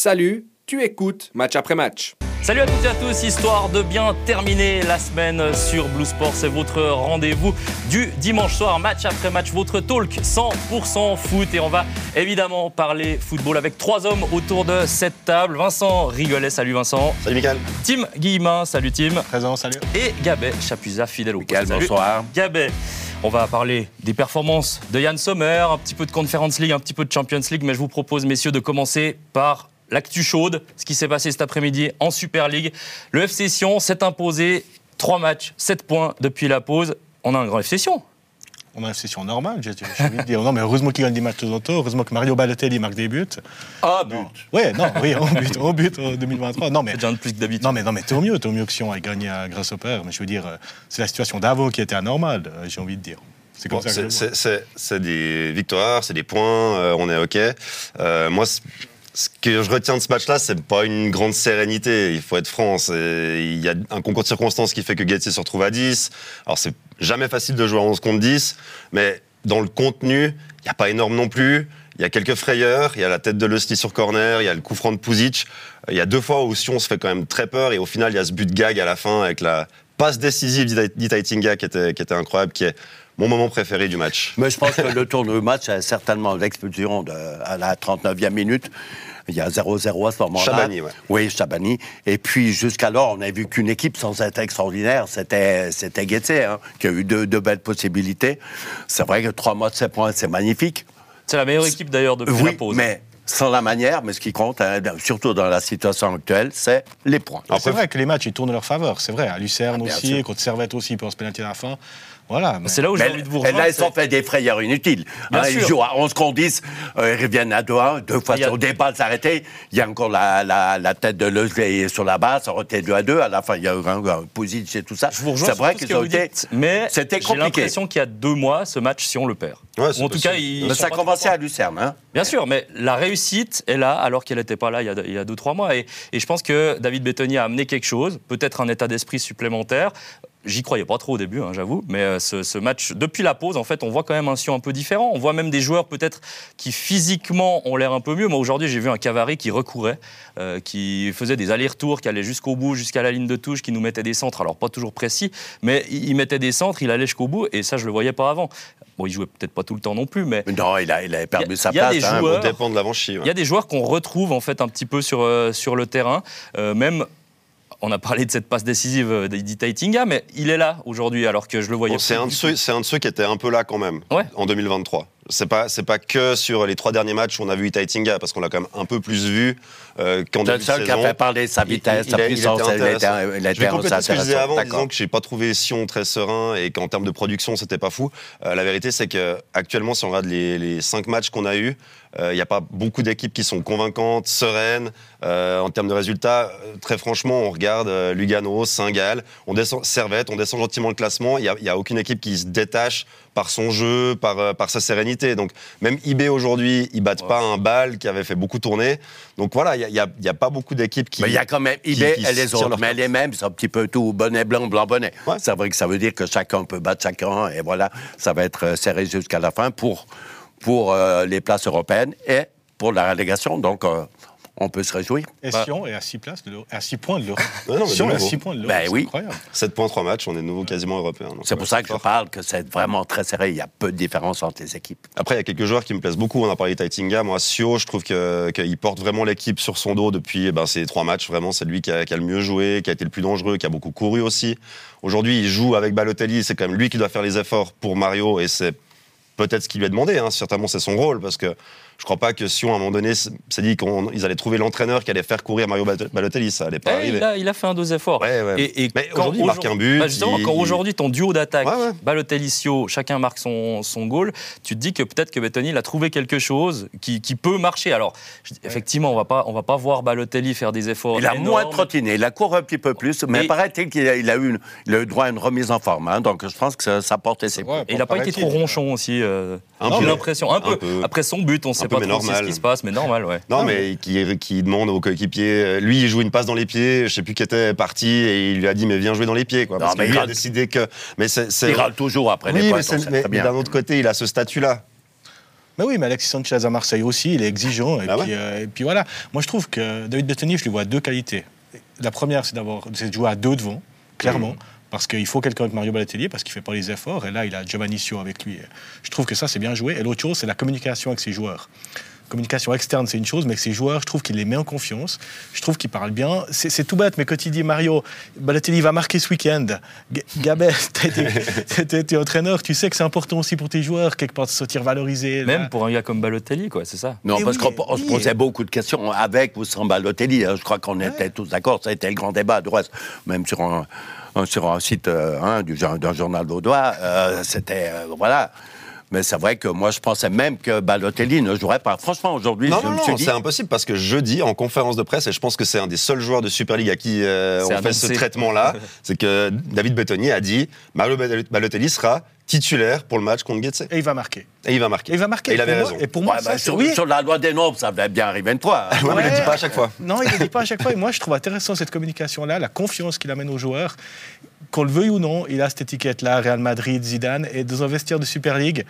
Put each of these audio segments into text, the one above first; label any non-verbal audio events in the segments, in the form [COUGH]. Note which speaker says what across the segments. Speaker 1: Salut, tu écoutes match après match.
Speaker 2: Salut à toutes et à tous, histoire de bien terminer la semaine sur Blue Sport, c'est votre rendez-vous du dimanche soir, match après match, votre talk 100% foot et on va évidemment parler football avec trois hommes autour de cette table. Vincent Rigolet, salut Vincent.
Speaker 3: Salut Mickaël.
Speaker 2: Tim Guillemin, salut Tim.
Speaker 3: Présent, salut.
Speaker 2: Et Gabet Chapuza, fidèle au
Speaker 4: Mickaël,
Speaker 2: poste. Salut.
Speaker 4: bonsoir.
Speaker 2: Gabet, on va parler des performances de Yann Sommer, un petit peu de Conference League, un petit peu de Champions League, mais je vous propose, messieurs, de commencer par l'actu chaude, ce qui s'est passé cet après-midi en Super League. Le FC Sion s'est imposé 3 matchs, 7 points depuis la pause. On a un grand FC Sion.
Speaker 3: On a une session normale, j'ai j'ai envie de dire. Non, mais heureusement qu'il gagne des matchs de temps en temps. Heureusement que Mario Balotelli marque des buts.
Speaker 2: Ah,
Speaker 3: Non. Ouais, non, oui, on but, on but en 2023. Non, mais.
Speaker 2: C'est déjà un de plus que d'habitude.
Speaker 3: Non, mais, non, mais t'es au mieux, t'es au mieux que Sion ait gagné à- grâce au père. Mais je veux dire, euh, c'est la situation d'avant qui était anormale, euh, j'ai envie de dire. C'est comme
Speaker 5: Bon,
Speaker 3: ça que je
Speaker 5: c'est-
Speaker 3: le vois.
Speaker 5: c'est- C'est c'est des victoires, c'est des points, euh, on est OK. Euh, moi, c- ce que je retiens de ce match-là, c'est pas une grande sérénité, il faut être franc. C'est- Il y a un concours de circonstances qui fait que Gaëtier se retrouve à 10. Alors, c'est jamais facile de jouer à 11 contre 10, mais dans le contenu, il n'y a pas énorme non plus. Il y a quelques frayeurs, il y a la tête de Lusty sur corner, il y a le coup franc de Puzic. Il y a deux fois où Sion se fait quand même très peur et au final, il y a ce but gag à la fin avec la passe décisive d'Ita- d'Itaitinga qui était, qui était incroyable, qui est mon moment préféré du match.
Speaker 4: Mais je pense que le tour du match, c'est certainement l'expulsion de- à la 39e minute. Il y a 0-0 à ce moment-là.
Speaker 5: Chabani, ouais.
Speaker 4: Oui, Chabani. Et puis, jusqu'alors, on n'a vu qu'une équipe sans être extraordinaire. C'était, c'était Guettier, hein, qui a eu deux, deux belles possibilités. C'est vrai que trois mois de 7 points, c'est magnifique.
Speaker 2: C'est la meilleure équipe d'ailleurs depuis la
Speaker 4: oui,
Speaker 2: pause.
Speaker 4: mais sans la manière, mais ce qui compte, hein, surtout dans la situation actuelle, c'est les points.
Speaker 3: Mais C'est vrai que les matchs, ils tournent en leur faveur, c'est vrai. À Lucerne
Speaker 4: Ah, bien
Speaker 3: aussi,
Speaker 4: sûr.
Speaker 3: contre Servette aussi, pour se pénaliser à la fin. Voilà. mais-
Speaker 2: C'est là où j'ai
Speaker 4: Mais
Speaker 2: envie de vous
Speaker 4: et
Speaker 2: rejoindre.
Speaker 4: là, ils ont
Speaker 2: c'est-
Speaker 4: fait des frayeurs inutiles.
Speaker 2: Bien
Speaker 4: Hein, ils
Speaker 2: sûr.
Speaker 4: jouent à 11 contre 10, euh, ils reviennent à 2-1, deux fois
Speaker 2: Il y a-
Speaker 4: sur des balles arrêtées. Il y a encore la, la, la tête de Lesley sur la base, ça aurait été 2 à 2. À la fin, il y a eu un, un Puzic et tout ça.
Speaker 2: Je vous rejoins
Speaker 4: C'est
Speaker 2: sur
Speaker 4: vrai
Speaker 2: tout ce
Speaker 4: qu'ils
Speaker 2: que
Speaker 4: ont
Speaker 2: vous
Speaker 4: été.
Speaker 2: dites, mais
Speaker 4: C'était
Speaker 2: j'ai
Speaker 4: compliqué.
Speaker 2: l'impression qu'il y a deux mois, ce match, si on le perd.
Speaker 5: Ouais,
Speaker 2: Ou
Speaker 5: c'est
Speaker 2: en tout
Speaker 5: possible.
Speaker 2: cas, ils
Speaker 4: Mais
Speaker 2: sont
Speaker 4: ça
Speaker 2: pas
Speaker 4: commençait
Speaker 2: contents.
Speaker 4: à Lucerne. Hein.
Speaker 2: Bien sûr, mais la réussite est là, alors qu'elle n'était pas là il y a- il y a 2-3 mois. Et, et je pense que David Bettoni a amené quelque chose, peut-être un état d'esprit supplémentaire. J'y croyais pas trop au début, hein, j'avoue, mais euh, ce, ce match, depuis la pause, en fait, on voit quand même un Sion un peu différent. On voit même des joueurs peut-être qui physiquement ont l'air un peu mieux. Moi, aujourd'hui, j'ai vu un Cavari qui recourait, euh, qui faisait des allers-retours, qui allait jusqu'au bout, jusqu'à la ligne de touche, qui nous mettait des centres. Alors, pas toujours précis, mais il, il mettait des centres, il allait jusqu'au bout, et ça, je le voyais pas avant. Bon, il jouait peut-être pas tout le temps non plus, mais
Speaker 4: Mais Non, il, a, il avait perdu
Speaker 2: Il y a-
Speaker 4: sa
Speaker 2: il y a
Speaker 4: place.
Speaker 2: des
Speaker 4: hein.
Speaker 2: joueurs-
Speaker 5: On dépend de l'avant-chi. ouais.
Speaker 2: il y a des joueurs qu'on retrouve en fait un petit peu sur, euh, sur le terrain, Euh, même. On a parlé de cette passe décisive euh, d'Eddie Taitinga, mais il est là aujourd'hui, alors que je le voyais.
Speaker 5: Bon, c'est
Speaker 2: plus
Speaker 5: un, de
Speaker 2: du
Speaker 5: ceux- c'est un de ceux qui était un peu là quand même
Speaker 2: Ouais.
Speaker 5: en 2023. C'est pas, c'est pas que sur les trois derniers matchs où on a vu Itaitinga, parce qu'on l'a quand même un peu plus vu euh, qu'en début
Speaker 4: C'est le
Speaker 5: de
Speaker 4: seul qui a
Speaker 5: saison.
Speaker 4: fait parler sa
Speaker 5: Il-
Speaker 4: vitesse,
Speaker 5: il-
Speaker 4: sa
Speaker 5: il a- il
Speaker 4: puissance.
Speaker 5: était
Speaker 4: Il était,
Speaker 5: intéressant.
Speaker 4: il était
Speaker 5: Je vais compléter ce que je disais
Speaker 4: intéressant.
Speaker 5: avant en
Speaker 4: D'accord.
Speaker 5: disant que j'ai pas trouvé Sion très serein et qu'en termes de production c'était pas fou. Euh, la vérité c'est que actuellement si on regarde les, les cinq matchs qu'on a eus, il n'y a pas beaucoup d'équipes qui sont convaincantes, sereines euh, en termes de résultats. euh, Très franchement, on regarde euh, Lugano, Saint-Gall, on descend Servette, on descend gentiment le classement. Il n'y a, il y a aucune équipe qui se détache par son jeu, par, euh, par sa sérénité. Donc même IB aujourd'hui, ils battent
Speaker 2: Ouais.
Speaker 5: pas un bal qui avait fait beaucoup tourner. Donc voilà, il n'y a, il y a pas beaucoup d'équipes qui.
Speaker 4: Mais il y a quand même, il
Speaker 5: qui-
Speaker 4: est,
Speaker 5: qui
Speaker 4: et les
Speaker 5: se tirent
Speaker 4: autres,
Speaker 5: leur
Speaker 4: mais les mêmes, c'est un petit peu tout bonnet blanc, blanc bonnet.
Speaker 5: Ouais.
Speaker 4: C'est vrai que ça veut dire que chacun peut battre chacun, et voilà, ça va être euh, serré jusqu'à la fin pour, pour euh, les places européennes et pour la relégation, donc euh, on peut se réjouir.
Speaker 3: Et
Speaker 2: Bah-
Speaker 3: Sion est à 6 places, de l'Euro- à 6 points de l'Euro.
Speaker 5: Ouais, non, mais
Speaker 3: Sion
Speaker 5: de
Speaker 3: est à
Speaker 5: nouveau.
Speaker 3: 6 points de l'Euro.
Speaker 4: Ben
Speaker 3: c'est
Speaker 4: oui.
Speaker 3: incroyable.
Speaker 5: 7 points, 3 matchs, on est de nouveau quasiment européen. donc,
Speaker 4: C'est
Speaker 5: ouais,
Speaker 4: pour ça que je
Speaker 5: fort.
Speaker 4: parle que c'est vraiment très serré, il y a peu de différence entre les équipes.
Speaker 5: Après, il y a quelques joueurs qui me plaisent beaucoup. On a parlé de Taitinga. Moi, Sio, je trouve que- qu'il porte vraiment l'équipe sur son dos depuis eh ben, ces trois matchs. Vraiment, c'est lui qui a, qui a le mieux joué, qui a été le plus dangereux, qui a beaucoup couru aussi. Aujourd'hui, il joue avec Balotelli. C'est quand même lui qui doit faire les efforts pour Mario et c'est peut-être ce qui lui est demandé. hein. Certainement, c'est son rôle parce que je crois pas que Sion, à un moment donné, s- s'est dit qu'ils allaient trouver l'entraîneur qui allait faire courir Mario Bal- Balotelli. Ça allait pas
Speaker 2: Eh,
Speaker 5: arriver.
Speaker 2: il, a, il a fait un dos effort.
Speaker 5: Ouais, ouais.
Speaker 2: Et, et
Speaker 5: Mais
Speaker 2: quand
Speaker 5: aujourd'hui, il marque un but,
Speaker 2: Bah, justement,
Speaker 5: il-
Speaker 2: quand aujourd'hui ton duo d'attaque,
Speaker 5: Ouais, ouais.
Speaker 2: Balotelli, Sio, chacun marque son, son goal, tu te dis que peut-être que Bettoni il a trouvé quelque chose qui, qui peut marcher. Alors, je dis, effectivement, on va pas on va pas voir Balotelli faire des efforts.
Speaker 4: Il a moins
Speaker 2: énormes.
Speaker 4: trottiné, il a couru un petit peu plus, mais
Speaker 2: Et-
Speaker 4: paraît-il qu'il a, il a eu une- il a eu droit à une remise en forme, hein, donc je pense que ça, ça portait ses
Speaker 3: Ouais,
Speaker 2: Et il n'a pas été trop
Speaker 3: paraît-il.
Speaker 2: ronchon aussi. euh,
Speaker 5: Un
Speaker 2: J'ai
Speaker 5: peu.
Speaker 2: l'impression. Un,
Speaker 5: Un
Speaker 2: peu.
Speaker 5: peu.
Speaker 2: Après son but, on ne sait
Speaker 5: peu,
Speaker 2: pas
Speaker 5: mais
Speaker 2: trop si ce
Speaker 5: normal.
Speaker 2: qui se passe, mais normal, ouais.
Speaker 5: Non, mais qui, qui demande au coéquipier. euh, Lui, il joue une passe dans les pieds. Je sais plus qui était parti et il lui a dit mais viens jouer dans les pieds quoi.
Speaker 4: Non,
Speaker 5: Parce
Speaker 4: mais
Speaker 5: que lui
Speaker 4: il
Speaker 5: a
Speaker 4: rate-
Speaker 5: décidé que. Mais c'est. c'est-
Speaker 4: Il râle toujours après
Speaker 5: Oui,
Speaker 4: les points,
Speaker 5: mais, c'est-
Speaker 4: donc c'est
Speaker 5: mais-
Speaker 4: très
Speaker 5: mais
Speaker 4: bien.
Speaker 5: d'un autre côté, il a ce statut là.
Speaker 3: Mais oui, mais Alexis Sanchez à Marseille aussi, il est exigeant. Et,
Speaker 5: Ah ouais
Speaker 3: puis, euh, et puis voilà, moi je trouve que David Bettoni, je lui vois deux qualités. La première, c'est d'avoir, c'est de jouer à deux devant, clairement.
Speaker 5: Mm.
Speaker 3: Parce qu'il faut quelqu'un avec Mario Balotelli, parce qu'il fait pas les efforts. Et là, il a Giovanni Sio avec lui. Je trouve que ça, c'est bien joué. Et l'autre chose, c'est la communication avec ses joueurs. Communication externe, c'est une chose, mais avec ses joueurs, je trouve qu'il les met en confiance. Je trouve qu'il parle bien. C'est c'est tout bête, mais quand il dit Mario, Balotelli va marquer ce week-end. G- Gabet, [LAUGHS] t'es- t'es- t'es- t'es t'es entraîneur, tu sais que c'est important aussi pour tes joueurs, quelque part, de se sentir valorisé. là.
Speaker 2: Même pour un gars comme Balotelli, quoi, c'est ça.
Speaker 4: Non,
Speaker 3: Eh
Speaker 4: parce
Speaker 3: oui,
Speaker 4: qu'on on se
Speaker 3: oui.
Speaker 4: posait beaucoup de questions avec ou sans Balotelli. hein. Je crois qu'on était tous d'accord. Ça a été le grand débat. De reste, même sur un, un- sur un site euh, hein, du jour- d'un journal vaudois, euh, c'était. euh, voilà. Mais c'est vrai que moi, je pensais même que Balotelli ne jouerait pas. Franchement, aujourd'hui,
Speaker 5: Non,
Speaker 4: je
Speaker 5: non,
Speaker 4: me suis
Speaker 5: non,
Speaker 4: dit.
Speaker 5: c'est impossible parce que jeudi, en conférence de presse, et je pense que c'est un des seuls joueurs de Super League à qui euh,
Speaker 2: C'est
Speaker 5: on fait
Speaker 2: annoncé.
Speaker 5: ce traitement-là, c'est que David Bettoni a dit Mario Bal- Balotelli sera titulaire pour le match contre Getse.
Speaker 3: Et il va marquer.
Speaker 5: Et il va
Speaker 3: Et
Speaker 5: marquer.
Speaker 3: il va marquer.
Speaker 5: Et il avait
Speaker 3: pour moi-
Speaker 5: raison.
Speaker 3: et pour moi,
Speaker 4: Ouais,
Speaker 3: ça,
Speaker 4: bah,
Speaker 3: c'est-
Speaker 4: sur,
Speaker 3: oui.
Speaker 4: sur la loi des nombres, ça va bien arriver une fois. hein.
Speaker 5: Ah Ouais, mais il le dit
Speaker 3: Ouais.
Speaker 5: pas à chaque fois.
Speaker 3: Non, il ne dit pas à chaque fois. Et moi, je trouve intéressant cette communication-là, la confiance qu'il amène aux joueurs. Qu'on le veuille ou non, il a cette étiquette-là, Real Madrid, Zidane, et dans un vestiaire de Super League,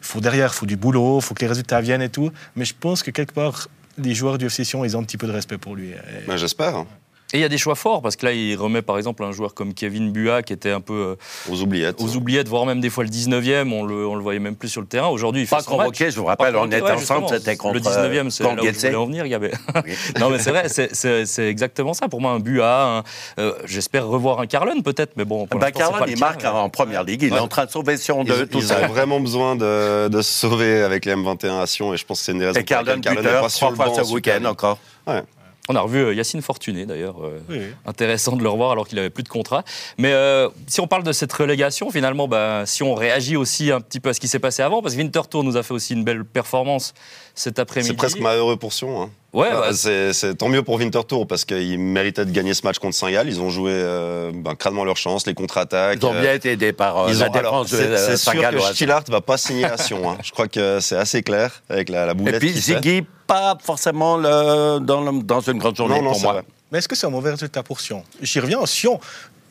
Speaker 3: faut derrière, faut du boulot, faut que les résultats viennent et tout. Mais je pense que quelque part, les joueurs du FC Sion, ils ont un petit peu de respect pour lui. Et-
Speaker 5: Ben, J'espère.
Speaker 2: Et il y a des choix forts, parce que là, il remet par exemple un joueur comme Kevin Bua, qui était un peu euh,
Speaker 5: Aux oubliettes.
Speaker 2: aux oubliettes, voire même des fois le 19e, on le, on le voyait même plus sur le terrain. Aujourd'hui, il fait
Speaker 4: Pas
Speaker 2: son
Speaker 4: convoqué,
Speaker 2: match.
Speaker 4: je vous rappelle,
Speaker 2: Pas
Speaker 4: on
Speaker 2: convoqué,
Speaker 4: était
Speaker 2: ouais,
Speaker 4: ensemble,
Speaker 2: justement.
Speaker 4: c'était contre. euh,
Speaker 2: Le 19e, c'est là
Speaker 4: contre
Speaker 2: où je
Speaker 4: Getse.
Speaker 2: voulais en venir, Gabé.
Speaker 4: Oui.
Speaker 2: [LAUGHS] non, mais c'est vrai, c'est- c'est c'est exactement ça. Pour moi, un but à un- euh, J'espère revoir un Carlon, peut-être, mais bon. pour
Speaker 4: Bah,
Speaker 2: l'instant, c'est pas
Speaker 4: Carlon,
Speaker 2: le
Speaker 4: il
Speaker 2: cas,
Speaker 4: marque
Speaker 2: mais-
Speaker 4: en première ligue. Il
Speaker 5: Ouais.
Speaker 4: est en train de sauver Sion
Speaker 5: Ils,
Speaker 4: de tout
Speaker 5: ils
Speaker 4: ça. [LAUGHS]
Speaker 5: ont vraiment besoin de, de se sauver avec les M21 à Sion et je pense que c'est une des raisons
Speaker 4: Et Carlon,
Speaker 5: pour laquelle Carlon n'est
Speaker 4: buteur,
Speaker 5: pas sur
Speaker 4: trois
Speaker 5: le
Speaker 4: fois
Speaker 5: banc en
Speaker 4: ce
Speaker 5: Super
Speaker 4: week-end
Speaker 5: League.
Speaker 4: encore.
Speaker 2: On a revu euh, Yacine Fortuné, d'ailleurs. euh,
Speaker 3: Oui, oui.
Speaker 2: Intéressant de le revoir alors qu'il n'avait plus de contrat. Mais euh, si on parle de cette relégation, finalement, bah, si on réagit aussi un petit peu à ce qui s'est passé avant, parce que Winterthur nous a fait aussi une belle performance cet après-midi.
Speaker 5: C'est presque malheureux pour Sion. hein.
Speaker 2: Ouais,
Speaker 5: Ah,
Speaker 2: bah,
Speaker 5: c'est c'est tant mieux pour Winterthur parce qu'ils méritaient de gagner ce match contre Saint-Gall. Ils ont joué euh, ben, crânement leur chance, les contre-attaques.
Speaker 4: Ils ont
Speaker 5: euh,
Speaker 4: bien été aidés par euh,
Speaker 5: ils
Speaker 4: la
Speaker 5: ont- alors,
Speaker 4: défense
Speaker 5: c'est
Speaker 4: de
Speaker 5: c'est
Speaker 4: euh,
Speaker 5: sûr que
Speaker 4: Saint-Galloise.
Speaker 5: Stillhart va pas signer à Sion.
Speaker 4: [LAUGHS]
Speaker 5: hein. Je crois que c'est assez clair avec la, la boulette.
Speaker 4: Et puis
Speaker 5: qu'il fait.
Speaker 4: Ziggy, pas forcément le- dans, le- dans une grande journée
Speaker 5: non, non,
Speaker 4: pour
Speaker 5: c'est
Speaker 4: moi.
Speaker 5: vrai.
Speaker 3: Mais est-ce que c'est un mauvais résultat pour Sion J'y reviens, Sion.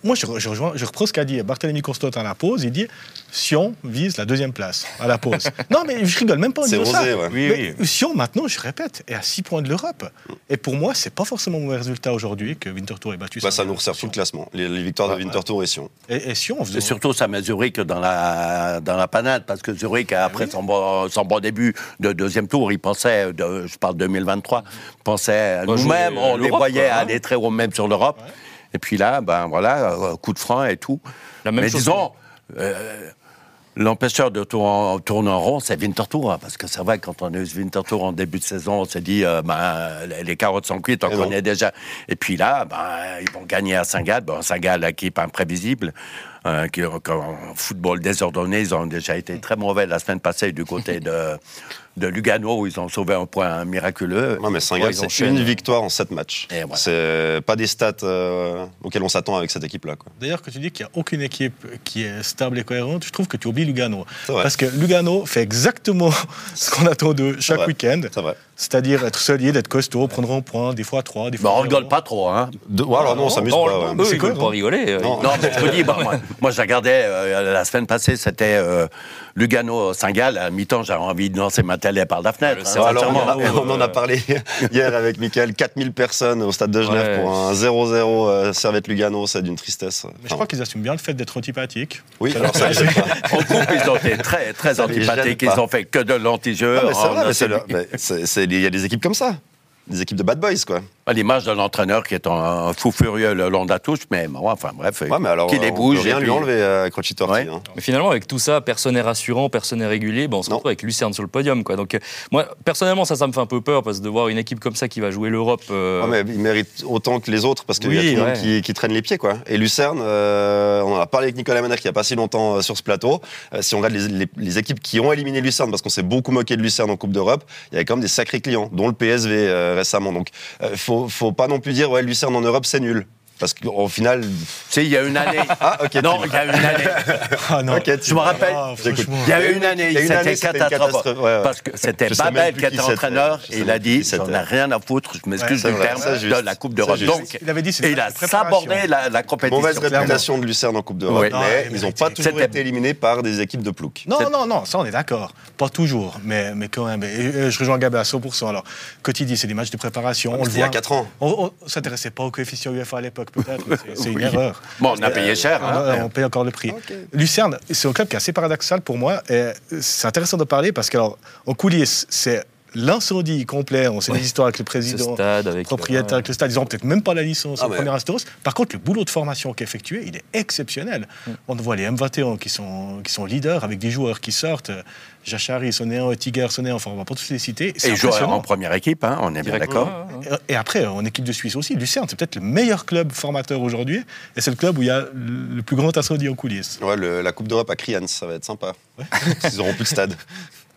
Speaker 3: Moi, je, re- je rejoins, je reprends ce qu'a dit Barthélemy Constantin à la pause. Il dit Sion vise la deuxième place à
Speaker 5: [LAUGHS]
Speaker 3: la pause. non, mais je rigole même pas en
Speaker 5: C'est
Speaker 3: disant ça.
Speaker 5: osé, ouais.
Speaker 2: Oui,
Speaker 3: Mais Sion, maintenant, je répète, est à 6 points de l'Europe.
Speaker 5: Mm.
Speaker 3: Et pour moi, c'est pas forcément un mauvais résultat aujourd'hui que Winterthur ait battu.
Speaker 5: Bah, ça
Speaker 3: Saint-Gall.
Speaker 5: nous resserre tout le classement. Les, les victoires
Speaker 3: Ouais,
Speaker 5: de
Speaker 3: ouais.
Speaker 5: Winterthur et Sion.
Speaker 3: Et, et Sion, on faisait-
Speaker 4: Et surtout, ça met Zurich dans la, dans la panade, parce que Zurich,
Speaker 5: Ah
Speaker 4: après son, bon, son bon début de deuxième tour, il pensait, de, je parle 2023, pensait,
Speaker 2: Bah, jouer
Speaker 4: nous-mêmes, on les
Speaker 2: l'Europe,
Speaker 4: voyait
Speaker 2: quoi, hein.
Speaker 4: aller très haut même sur l'Europe. Et puis là, ben voilà, euh, coup de frein et tout.
Speaker 2: La même
Speaker 4: Mais
Speaker 2: chose
Speaker 4: disons, euh, l'empêcheur de tourner, tourner en rond, c'est Winterthur, hein, parce que c'est vrai, quand on a eu ce Winterthur en début de saison, on s'est dit, euh, ben, les- les carottes sont cuites, on
Speaker 5: Et non.
Speaker 4: connaît déjà. Et puis là, ben, ils vont gagner à Saint-Gall. Bon, Saint-Gall, équipe imprévisible, euh, qui, en football désordonné, ils ont déjà été très mauvais la semaine passée du côté de, de Lugano, où ils ont sauvé un point hein, miraculeux.
Speaker 5: Non, mais
Speaker 4: Ouais,
Speaker 5: Saint-Gall,
Speaker 4: ils
Speaker 5: c'est
Speaker 4: enchaînent.
Speaker 5: une victoire en sept matchs.
Speaker 4: Et voilà.
Speaker 5: C'est pas des stats euh, auxquelles on s'attend avec cette équipe-là. quoi.
Speaker 3: D'ailleurs, quand tu dis qu'il n'y a aucune équipe qui est stable et cohérente, je trouve que tu oublies Lugano.
Speaker 5: C'est vrai.
Speaker 3: Parce que Lugano fait exactement [LAUGHS] ce qu'on attend d'eux chaque
Speaker 5: vrai.
Speaker 3: week-end,
Speaker 5: C'est vrai.
Speaker 3: c'est-à-dire être solide, être costaud, prendre un point, des fois trois, des
Speaker 4: Bon,
Speaker 3: fois.
Speaker 4: Bah, on
Speaker 3: zéro.
Speaker 4: rigole pas trop, hein.
Speaker 5: De- ouais, Oh, alors non, on
Speaker 2: non,
Speaker 5: s'amuse
Speaker 2: non,
Speaker 4: Oh,
Speaker 5: pas. ouais.
Speaker 2: eux,
Speaker 3: C'est
Speaker 2: ils
Speaker 3: quoi,
Speaker 2: veulent pas
Speaker 3: hein
Speaker 2: rigoler. euh,
Speaker 5: Non.
Speaker 4: Non, mais je vous dis, bah, moi, moi, je regardais euh, la semaine passée, c'était euh, Lugano-Saint-Gall. À mi-temps, j'avais envie de lancer ma télé par la fenêtre.
Speaker 2: Le
Speaker 4: hein,
Speaker 2: cerveau,
Speaker 5: Alors, on, en a-
Speaker 4: sincèrement.
Speaker 2: Clairement,
Speaker 5: on en a
Speaker 4: [LAUGHS]
Speaker 5: parlé hier avec Michael, 4000 personnes au stade de Genève
Speaker 2: Ouais.
Speaker 5: pour un 0-0 euh, Servette-Lugano, c'est d'une tristesse.
Speaker 3: Mais je
Speaker 5: Enfin,
Speaker 3: crois qu'ils assument bien le fait d'être antipathiques.
Speaker 5: oui, [LAUGHS] alors ça, je sais pas.
Speaker 4: En coupe, ils ont été très, très
Speaker 5: Ça les gêne
Speaker 4: antipathiques. Ils
Speaker 5: pas.
Speaker 4: ont fait que de l'anti-jeu.
Speaker 3: euh,
Speaker 4: Oh,
Speaker 5: Non, mais c'est
Speaker 4: en
Speaker 5: vrai, mais c'est
Speaker 4: Serbie.
Speaker 5: le- mais c'est- c'est- Il y a des équipes comme ça. Des équipes de bad boys, quoi.
Speaker 4: À l'image de l'entraîneur qui est un, un fou furieux le long de la touche, mais bon, enfin bref,
Speaker 5: Ouais, mais alors,
Speaker 4: qui les
Speaker 5: on
Speaker 4: bouge.
Speaker 5: peut rien
Speaker 4: et
Speaker 5: lui
Speaker 4: puis-
Speaker 5: enlever, euh, Croci Torti.
Speaker 4: Ouais.
Speaker 5: hein.
Speaker 2: Mais finalement, avec tout ça, personne n'est rassurant, personne n'est régulier. Ben, on se
Speaker 5: Non.
Speaker 2: retrouve avec Lucerne sur le podium. Quoi. Donc, euh, moi, personnellement, ça, ça me fait un peu peur parce que de voir une équipe comme ça qui va jouer l'Europe. euh,
Speaker 5: Ouais, Ah, mais il mérite autant que les autres parce qu'il
Speaker 2: Oui,
Speaker 5: y a tout le monde
Speaker 2: ouais.
Speaker 5: qui, qui traîne les pieds, quoi. Et Lucerne, euh, on en a parlé avec Nicolas Manère qui a pas si longtemps euh, sur ce plateau. Euh, si on regarde les, les- les équipes qui ont éliminé Lucerne, parce qu'on s'est beaucoup moqué de Lucerne en Coupe d'Europe, il y avait quand même des sacrés clients, dont le PSV euh, récemment. Donc, euh, faut, faut pas non plus dire ouais Lucerne en Europe c'est nul. Parce qu'au final.
Speaker 4: sais, il y a une année.
Speaker 5: [LAUGHS] Ah, ok.
Speaker 4: non,
Speaker 5: tu-
Speaker 4: il y a une année.
Speaker 3: Ah
Speaker 5: [LAUGHS]
Speaker 3: non.
Speaker 5: Ok, tu-
Speaker 4: Je me rappelle.
Speaker 3: Ah,
Speaker 5: J'écoute.
Speaker 3: franchement.
Speaker 4: Il y a eu une année,
Speaker 5: Il y a une
Speaker 4: c'était
Speaker 5: année, c'était une
Speaker 4: catastrophe.
Speaker 5: catastrophe, ouais, ouais.
Speaker 4: Parce que c'était
Speaker 5: Je sais
Speaker 4: Babel
Speaker 5: même
Speaker 4: qui
Speaker 5: plus qui
Speaker 4: était
Speaker 5: c'était.
Speaker 4: entraîneur
Speaker 5: Je sais
Speaker 4: et il
Speaker 5: même
Speaker 4: a
Speaker 5: plus
Speaker 4: dit
Speaker 5: qui
Speaker 4: j'en ai
Speaker 5: c'était.
Speaker 4: rien à foutre, je m'excuse
Speaker 5: Ouais,
Speaker 4: du
Speaker 5: c'est
Speaker 4: terme,
Speaker 5: vrai, ça,
Speaker 4: de
Speaker 5: juste.
Speaker 4: la Coupe d'Europe.
Speaker 5: Ça, juste.
Speaker 4: Donc,
Speaker 3: Il avait dit c'est
Speaker 4: et
Speaker 3: une
Speaker 4: il a
Speaker 3: préparation.
Speaker 4: sabordé la, la compétition.
Speaker 5: Mauvaise réputation de Lucerne en Coupe d'Europe,
Speaker 4: Ouais.
Speaker 5: mais
Speaker 3: Non, mais
Speaker 5: ils
Speaker 3: c'était-
Speaker 5: n'ont pas toujours
Speaker 4: c'était-
Speaker 5: été éliminés par des équipes de plouc.
Speaker 3: Non,
Speaker 4: C'est-
Speaker 3: non, non, ça on est d'accord. Pas toujours, mais, mais quand même. Et, et je rejoins Gabé à 100%. Alors, quand il dit c'est des matchs de préparation, on le
Speaker 5: C'était
Speaker 3: voit.
Speaker 5: il y a 4 ans.
Speaker 3: On ne s'intéressait pas au coefficient UEFA à l'époque, peut-être. mais c'est- C'est une
Speaker 4: Oui.
Speaker 3: erreur.
Speaker 4: Bon, on a payé cher. hein.
Speaker 3: Ah, on paye encore le prix. Lucerne, c'est un club qui est assez paradoxal pour moi. et C'est intéressant de parler parce qu'en coulisses, c'est l'incendie complet. On sait
Speaker 2: Ouais.
Speaker 3: les histoires avec le
Speaker 2: Ce
Speaker 3: président,
Speaker 2: stade avec. euh,
Speaker 3: propriétaire avec le stade. Ils n'ont peut-être même pas la licence
Speaker 5: Ah,
Speaker 3: au
Speaker 5: mais-
Speaker 3: premier instance. Par contre, le boulot de formation qui est effectué, il est exceptionnel.
Speaker 5: Mm.
Speaker 3: On voit les M21 qui sont, qui sont leaders avec des joueurs qui sortent. Jachari, Sonéan, Tiger, Sonéan, enfin, on va pas tous les citer.
Speaker 4: Et
Speaker 3: C'est
Speaker 4: il jouait en
Speaker 3: impressionnant.
Speaker 4: première équipe, hein, on est bien
Speaker 2: Direct-
Speaker 4: d'accord.
Speaker 2: Ouais, ouais, ouais.
Speaker 3: Et après, en équipe de Suisse aussi, Lucerne, c'est peut-être le meilleur club formateur aujourd'hui. Et c'est le club où il y a le le plus grand incendie en coulisses.
Speaker 5: Ouais, le- la Coupe d'Europe à Krians, ça va être sympa. Ils n'auront
Speaker 2: [LAUGHS]
Speaker 5: plus de stade.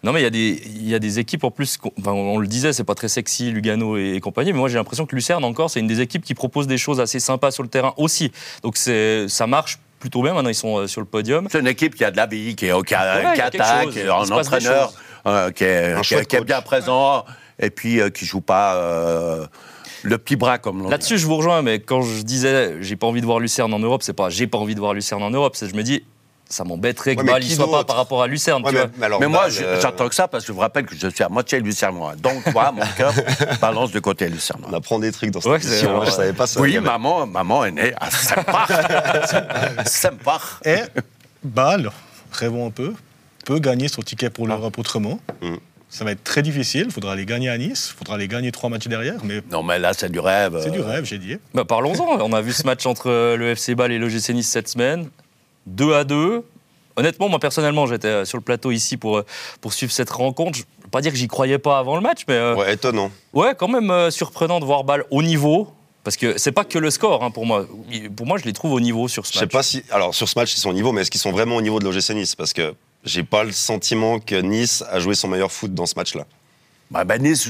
Speaker 2: Non, mais il y, a des- il y a des équipes en plus, qu'on- enfin, on on le disait, c'est pas très sexy, Lugano et, et compagnie, mais moi j'ai l'impression que Lucerne encore, c'est une des équipes qui propose des choses assez sympas sur le terrain aussi. Donc c'est- ça marche plutôt bien, maintenant ils sont euh, sur le podium.
Speaker 4: C'est une équipe qui a de la bille, qui, est au- qui a-
Speaker 2: Ouais, il y a
Speaker 4: qui
Speaker 2: quelque
Speaker 4: attaque,
Speaker 2: chose.
Speaker 4: qui est
Speaker 2: Il
Speaker 4: en
Speaker 2: se passe des
Speaker 4: entraîneur,
Speaker 2: choses.
Speaker 4: euh, qui, est,
Speaker 5: Un
Speaker 4: qui est-
Speaker 5: chouette
Speaker 4: qui est
Speaker 5: coach.
Speaker 4: bien présent, et puis euh, qui joue pas euh, le petit bras, comme l'on dit.
Speaker 2: Là-dessus, je vous rejoins, mais quand je disais j'ai pas envie de voir Lucerne en Europe, c'est pas j'ai pas envie de voir Lucerne en Europe, c'est je me dis ça m'embêterait que
Speaker 5: Ouais, mais
Speaker 2: Bâle
Speaker 5: qui
Speaker 2: y soit pas
Speaker 5: d'autre
Speaker 2: par rapport à Lucerne.
Speaker 5: Ouais,
Speaker 2: tu vois.
Speaker 5: alors,
Speaker 4: Mais moi,
Speaker 5: Bâle,
Speaker 4: je-
Speaker 5: euh,
Speaker 4: j'attends que ça parce que je vous rappelle que je suis à moitié lucernois. Donc, moi, mon cœur balance de côté lucernois.
Speaker 5: euh, On apprend des trucs dans cette
Speaker 2: Ouais, c'est-
Speaker 5: émission, hein,
Speaker 2: alors,
Speaker 5: je savais pas ça.
Speaker 4: Oui,
Speaker 5: Il y avait-
Speaker 4: maman, maman est née à Sempach. Sempach.
Speaker 5: [LAUGHS]
Speaker 3: Et Bâle, rêvons un peu, peut gagner son ticket pour l'Europe autrement.
Speaker 5: Mm.
Speaker 3: Ça va être très difficile. Il faudra aller gagner à Nice. Il faudra aller gagner trois matchs derrière. Mais
Speaker 4: Non, mais là, c'est du rêve. euh,
Speaker 3: c'est du
Speaker 5: Euh,
Speaker 3: rêve, j'ai dit.
Speaker 2: Bah, Parlons-en. On a vu ce match entre euh, le FC Bâle et le GC Nice cette semaine. 2 à 2. Honnêtement, moi personnellement, j'étais euh, sur le plateau ici pour, euh, pour suivre cette rencontre. Je ne veux pas dire que j'y croyais pas avant le match, mais euh, ouais.
Speaker 5: Ouais, étonnant.
Speaker 2: quand même euh, surprenant de voir Bâle au niveau. Parce que c'est pas que le score hein, pour moi. Il- Pour moi, je les trouve au niveau sur ce
Speaker 5: Je sais
Speaker 2: match.
Speaker 5: pas si. Alors, sur ce match, ils sont au niveau, mais est-ce qu'ils sont vraiment au niveau de l'OGC Nice Parce que j'ai pas le sentiment que Nice a joué son meilleur foot dans ce match-là.
Speaker 4: Bah, ben, Nice,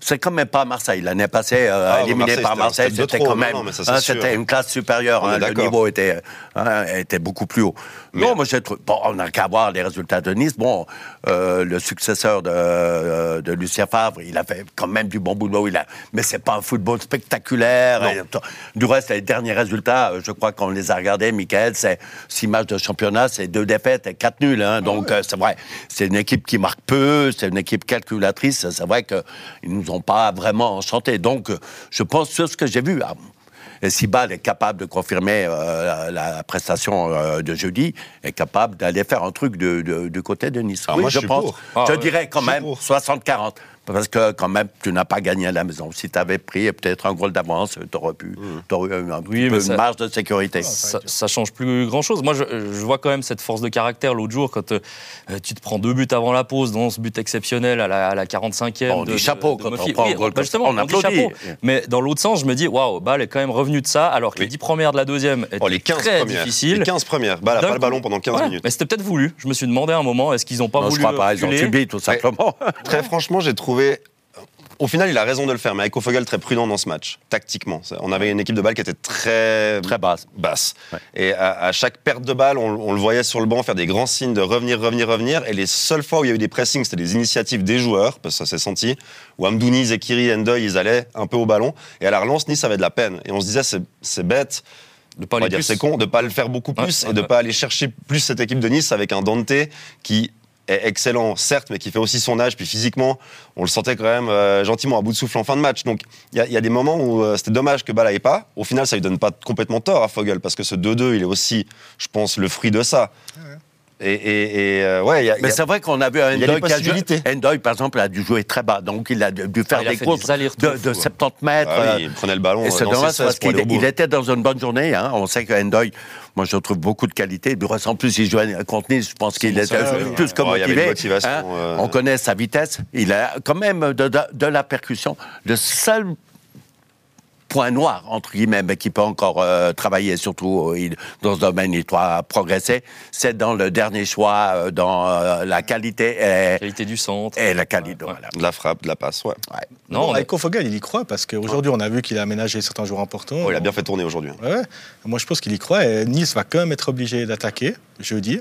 Speaker 4: c'est quand même pas Marseille. L'année passée, euh,
Speaker 5: Ah,
Speaker 4: éliminé
Speaker 5: Marseille,
Speaker 4: par
Speaker 5: c'était un
Speaker 4: Marseille,
Speaker 5: stade de
Speaker 4: c'était
Speaker 5: trop.
Speaker 4: quand
Speaker 5: Non,
Speaker 4: même.
Speaker 5: non, mais ça, c'est
Speaker 4: hein,
Speaker 5: sûr.
Speaker 4: c'était une classe supérieure.
Speaker 5: On est
Speaker 4: hein, le
Speaker 5: d'accord.
Speaker 4: niveau était, hein, était beaucoup plus haut.
Speaker 5: Mais-
Speaker 4: Non, moi, j'ai trouvé. Bon, on n'a qu'à voir les résultats de Nice. Bon, euh, le successeur de, euh, de Lucien Favre, il a fait quand même du bon boulot. Il a... Mais c'est pas un football spectaculaire.
Speaker 5: Non.
Speaker 4: Et, euh, du reste, les derniers résultats, euh, je crois qu'on les a regardés, Michael, c'est six matchs de championnat, c'est deux défaites et quatre nuls. hein.
Speaker 5: Ah
Speaker 4: donc, euh, c'est vrai, c'est une équipe qui marque peu, c'est une équipe calculatrice. C'est vrai qu'ils ne nous ont pas vraiment enchantés. Donc, euh, je pense sur ce que j'ai vu. Ah, et si Bâle est capable de confirmer euh, la, la prestation euh, de jeudi, est capable d'aller faire un truc de- de- du côté de Nice.
Speaker 5: Ah, moi, je suis pour.
Speaker 2: Ah,
Speaker 4: je
Speaker 2: ouais.
Speaker 4: dirais quand
Speaker 5: Je suis
Speaker 4: même
Speaker 5: pour.
Speaker 4: 60-40. Parce que quand même, tu n'as pas gagné à la maison. Si tu avais pris peut-être un goal d'avance, tu aurais pu,
Speaker 5: Hmm.
Speaker 4: t'aurais eu un petit
Speaker 2: mais
Speaker 4: peu
Speaker 2: ça-
Speaker 4: une marge de sécurité.
Speaker 5: Ah,
Speaker 2: ça, ça change plus grand chose. Moi, je, je vois quand même cette force de caractère l'autre jour quand euh, tu te prends deux buts avant la pause, dans ce but exceptionnel à la, à la 45e.
Speaker 4: Bah, On
Speaker 2: de-
Speaker 4: dit
Speaker 2: de-
Speaker 4: chapeau
Speaker 2: de
Speaker 4: quand on
Speaker 2: Mofi.
Speaker 4: prend un
Speaker 2: Oui,
Speaker 4: goal
Speaker 2: bah
Speaker 4: comme ça,
Speaker 2: justement,
Speaker 4: on
Speaker 2: on, dit
Speaker 4: applaudit.
Speaker 2: chapeau. Mais dans l'autre sens, je me dis, waouh, Bâle est quand même revenu de ça, alors que
Speaker 5: Oui.
Speaker 2: les 10 premières de la deuxième étaient
Speaker 5: Oh, les 15
Speaker 2: très
Speaker 5: premières.
Speaker 2: difficiles.
Speaker 5: Les 15 premières. Bah, elle a
Speaker 2: D'un
Speaker 5: pas le
Speaker 2: coup-
Speaker 5: ballon pendant 15
Speaker 2: Ouais,
Speaker 5: minutes.
Speaker 2: Mais c'était peut-être voulu. Je me suis demandé à un moment, est-ce qu'ils n'ont pas
Speaker 4: Non, je
Speaker 2: voulu
Speaker 4: crois pas, ils ont
Speaker 2: reculer
Speaker 4: subi tout simplement.
Speaker 5: Très franchement, j'ai trouvé. Au final, il a raison de le faire, mais Eiko Fogel très prudent dans ce match, tactiquement. On avait une équipe de balle qui était très,
Speaker 4: Très basse.
Speaker 5: basse.
Speaker 4: Ouais.
Speaker 5: Et à, à chaque perte de balle, on, on le voyait sur le banc faire des grands signes de revenir, revenir, revenir. Et les seules fois où il y a eu des pressings, c'était des initiatives des joueurs, parce que ça s'est senti, où Amdouni, Zekiri, Endoy, ils allaient un peu au ballon. Et à la relance, Nice avait de la peine. Et on se disait, c'est- c'est bête,
Speaker 2: De pas
Speaker 5: on va
Speaker 2: aller
Speaker 5: dire
Speaker 2: plus.
Speaker 5: c'est con de pas le faire beaucoup plus
Speaker 2: Ouais,
Speaker 5: et de
Speaker 2: ouais.
Speaker 5: pas aller chercher plus cette équipe de Nice avec un Dante qui est excellent certes mais qui fait aussi son âge puis physiquement on le sentait quand même euh, gentiment à bout de souffle en fin de match donc il y a- il y, a des moments où euh, c'était dommage que Bala ait pas au final ça lui donne pas complètement tort à Fogel parce que ce 2-2 il est aussi je pense le fruit de ça et, et- et, euh, ouais il y a- il y
Speaker 4: Mais
Speaker 5: a-
Speaker 4: c'est vrai qu'on a vu un
Speaker 5: il y a des
Speaker 4: Endoy qui a joué-
Speaker 5: possibilités.
Speaker 4: Endoy, par exemple, a dû jouer très bas. Donc, il a dû faire
Speaker 2: Ah, il a
Speaker 4: des
Speaker 2: fait
Speaker 4: courses
Speaker 2: des allers-retours
Speaker 4: de, de
Speaker 2: fous, hein.
Speaker 4: 70 mètres.
Speaker 5: Ah oui,
Speaker 4: euh,
Speaker 5: il prenait le ballon
Speaker 4: Et
Speaker 5: euh,
Speaker 4: c'est
Speaker 5: dans ses
Speaker 4: dommage
Speaker 5: seize
Speaker 4: parce
Speaker 5: pour
Speaker 4: qu'il
Speaker 5: aller au bout.
Speaker 4: il était dans une bonne journée. hein. On sait que Endoy, moi je trouve beaucoup de qualité. Du reste, en plus, il jouait contre Nice. Je pense qu'il
Speaker 5: Son
Speaker 4: était
Speaker 5: seul,
Speaker 4: plus
Speaker 5: ouais.
Speaker 4: que
Speaker 5: Ouais, il y avait une
Speaker 4: motivé. hein.
Speaker 5: motivation, euh.
Speaker 4: On connaît sa vitesse. Il a quand même de, de- de la percussion. Le seul point noir, entre guillemets, mais qui peut encore euh, travailler, surtout euh, il- dans ce domaine, il doit progresser, c'est dans le dernier choix, euh, dans euh, la qualité et,
Speaker 2: Qualité du centre.
Speaker 4: et la qualité.
Speaker 2: Ouais, ouais.
Speaker 4: voilà.
Speaker 5: De la frappe, de la passe, ouais.
Speaker 4: Ouais.
Speaker 2: Non, on a-
Speaker 3: avec Kofogel, il y croit parce qu'aujourd'hui, on a vu qu'il a aménagé certains joueurs importants.
Speaker 5: Oh, il a bien fait tourner aujourd'hui.
Speaker 3: Ouais, ouais. Moi, je pense qu'il y croit. Et Nice va quand même être obligé d'attaquer jeudi.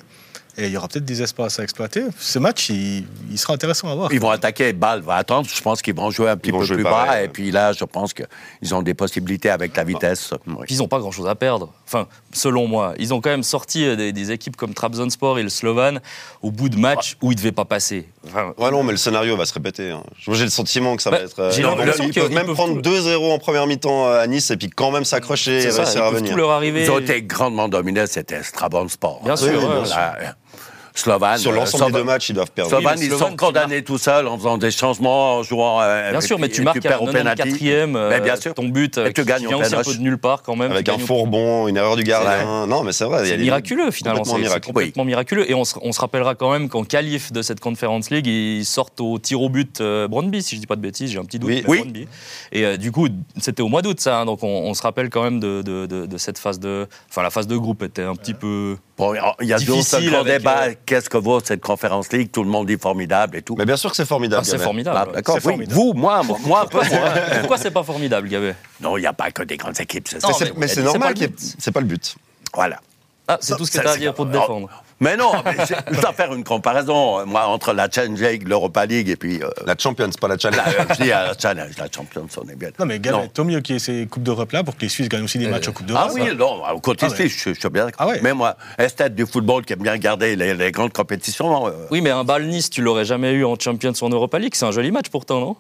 Speaker 3: Et il y aura peut-être des espaces à exploiter. Ce match, il, il sera intéressant à voir.
Speaker 4: [LAUGHS] Ils vont attaquer, Bâle va attendre. Je pense qu'ils vont jouer un petit
Speaker 5: Ils vont
Speaker 4: peu
Speaker 5: jouer
Speaker 4: plus
Speaker 5: pareil,
Speaker 4: bas.
Speaker 5: ouais. Ah.
Speaker 4: Et puis là, je pense qu'ils ont des possibilités avec la vitesse.
Speaker 2: Puis ils n'ont pas grand-chose à perdre. Enfin, selon moi, ils ont quand même sorti euh, des, des équipes comme Trabzonspor et le Slovan au bout de matchs où ils ne devaient pas passer. Enfin,
Speaker 5: Ouais, non, mais le scénario va se répéter. hein. Moi, j'ai le sentiment que ça
Speaker 2: Bah,
Speaker 5: va être. euh,
Speaker 2: j'ai
Speaker 5: ils
Speaker 2: l'impression
Speaker 5: peuvent- ils
Speaker 2: qu'ils
Speaker 5: peuvent même
Speaker 2: peuvent
Speaker 5: prendre
Speaker 2: tout-
Speaker 5: 2-0 en première mi-temps euh, à Nice et puis quand même s'accrocher et
Speaker 4: bah,
Speaker 2: c'est ça, ils
Speaker 5: réussir à
Speaker 2: peuvent
Speaker 5: revenir.
Speaker 2: tout leur arriver.
Speaker 4: Ils ont été grandement dominés, c'était Strabon Sport.
Speaker 2: Bien sûr, ouais, bien Ah,
Speaker 4: Slovan.
Speaker 5: Sur l'ensemble
Speaker 4: euh,
Speaker 5: des deux matchs, ils doivent perdre.
Speaker 4: Slovan,
Speaker 2: Oui,
Speaker 4: ils
Speaker 2: mais Slovan,
Speaker 4: sont
Speaker 2: tu
Speaker 4: condamnés tout seuls en faisant des changements, en jouant. euh,
Speaker 2: Bien
Speaker 4: et
Speaker 2: sûr, mais
Speaker 4: puis-
Speaker 2: tu
Speaker 4: et
Speaker 2: marques à
Speaker 4: perds au penalty.
Speaker 2: 94
Speaker 4: Mais
Speaker 2: e
Speaker 4: bien sûr.
Speaker 2: ton but euh,
Speaker 4: Et tu
Speaker 2: qui
Speaker 4: gagnes au
Speaker 2: vient aussi un
Speaker 4: penalty.
Speaker 2: peu de nulle part quand même.
Speaker 5: Avec
Speaker 2: tu
Speaker 5: un
Speaker 2: gagnes au-
Speaker 5: fourbon, une erreur du gardien. Non, mais c'est vrai. il y a
Speaker 2: C'est
Speaker 5: des-
Speaker 2: miraculeux finalement, c'est
Speaker 5: Complètement
Speaker 2: c'est
Speaker 5: miraculeux.
Speaker 2: complètement miraculeux. Et on se, on se rappellera quand même qu'en qualif de cette Conference League, ils sortent au tir au but euh, Brøndby, si je dis pas de bêtises, j'ai un petit doute.
Speaker 5: Oui.
Speaker 2: mais
Speaker 4: Oui.
Speaker 2: Brøndby. Et euh, du coup, c'était au mois d'août ça, hein, donc on, on se rappelle quand même de, de- de- de cette phase de. Enfin, la phase de groupe était un petit peu.
Speaker 5: Euh,
Speaker 4: Bon, il y a toujours ce
Speaker 2: Difficile
Speaker 4: grand
Speaker 2: avec,
Speaker 4: débat
Speaker 2: euh,
Speaker 4: qu'est-ce que vaut cette conférence ligue Tout le monde dit formidable et tout.
Speaker 5: Mais bien sûr que c'est formidable.
Speaker 2: Ah, c'est
Speaker 5: Gaël.
Speaker 2: formidable.
Speaker 4: Ah, D'accord,
Speaker 3: C'est
Speaker 4: oui.
Speaker 3: formidable.
Speaker 4: Vous, moi, moi, moi, un peu moins.
Speaker 2: Pourquoi c'est pas formidable, Gabé
Speaker 4: Non, il n'y a pas que des grandes équipes, c'est
Speaker 2: Non,
Speaker 4: ça.
Speaker 5: Mais c'est- Mais c'est
Speaker 2: c'est
Speaker 5: normal.
Speaker 2: pas le
Speaker 5: qu'il y ait-
Speaker 2: but.
Speaker 5: C'est pas le but.
Speaker 4: Voilà.
Speaker 2: Ah, c'est tout ce que
Speaker 4: Ça,
Speaker 2: t'as à
Speaker 4: c'est-
Speaker 2: dire pour te
Speaker 4: Oh.
Speaker 2: défendre.
Speaker 4: Mais non, mais c'est- je dois faire une comparaison, moi, entre la Challenge League, l'Europa League et puis. euh,
Speaker 5: La Champions, pas la Challenge.
Speaker 4: la, euh, je dis, euh, la Challenge, la Champions, on est bien.
Speaker 3: Non, mais Gaël, tant mieux qu'il y ait ces Coupes d'Europe là pour que les Suisses gagnent aussi des matchs en Coupe d'Europe.
Speaker 4: Ah oui, non, au côté,
Speaker 3: Ah ouais.
Speaker 4: je, je suis bien
Speaker 3: Ah
Speaker 4: d'accord.
Speaker 3: ouais.
Speaker 4: Mais moi, esthète du football qui aime bien regarder les, les grandes compétitions, euh,
Speaker 2: Oui, mais un bal Nice, tu l'aurais jamais eu en Champions ou en Europa League. C'est un joli match pourtant, non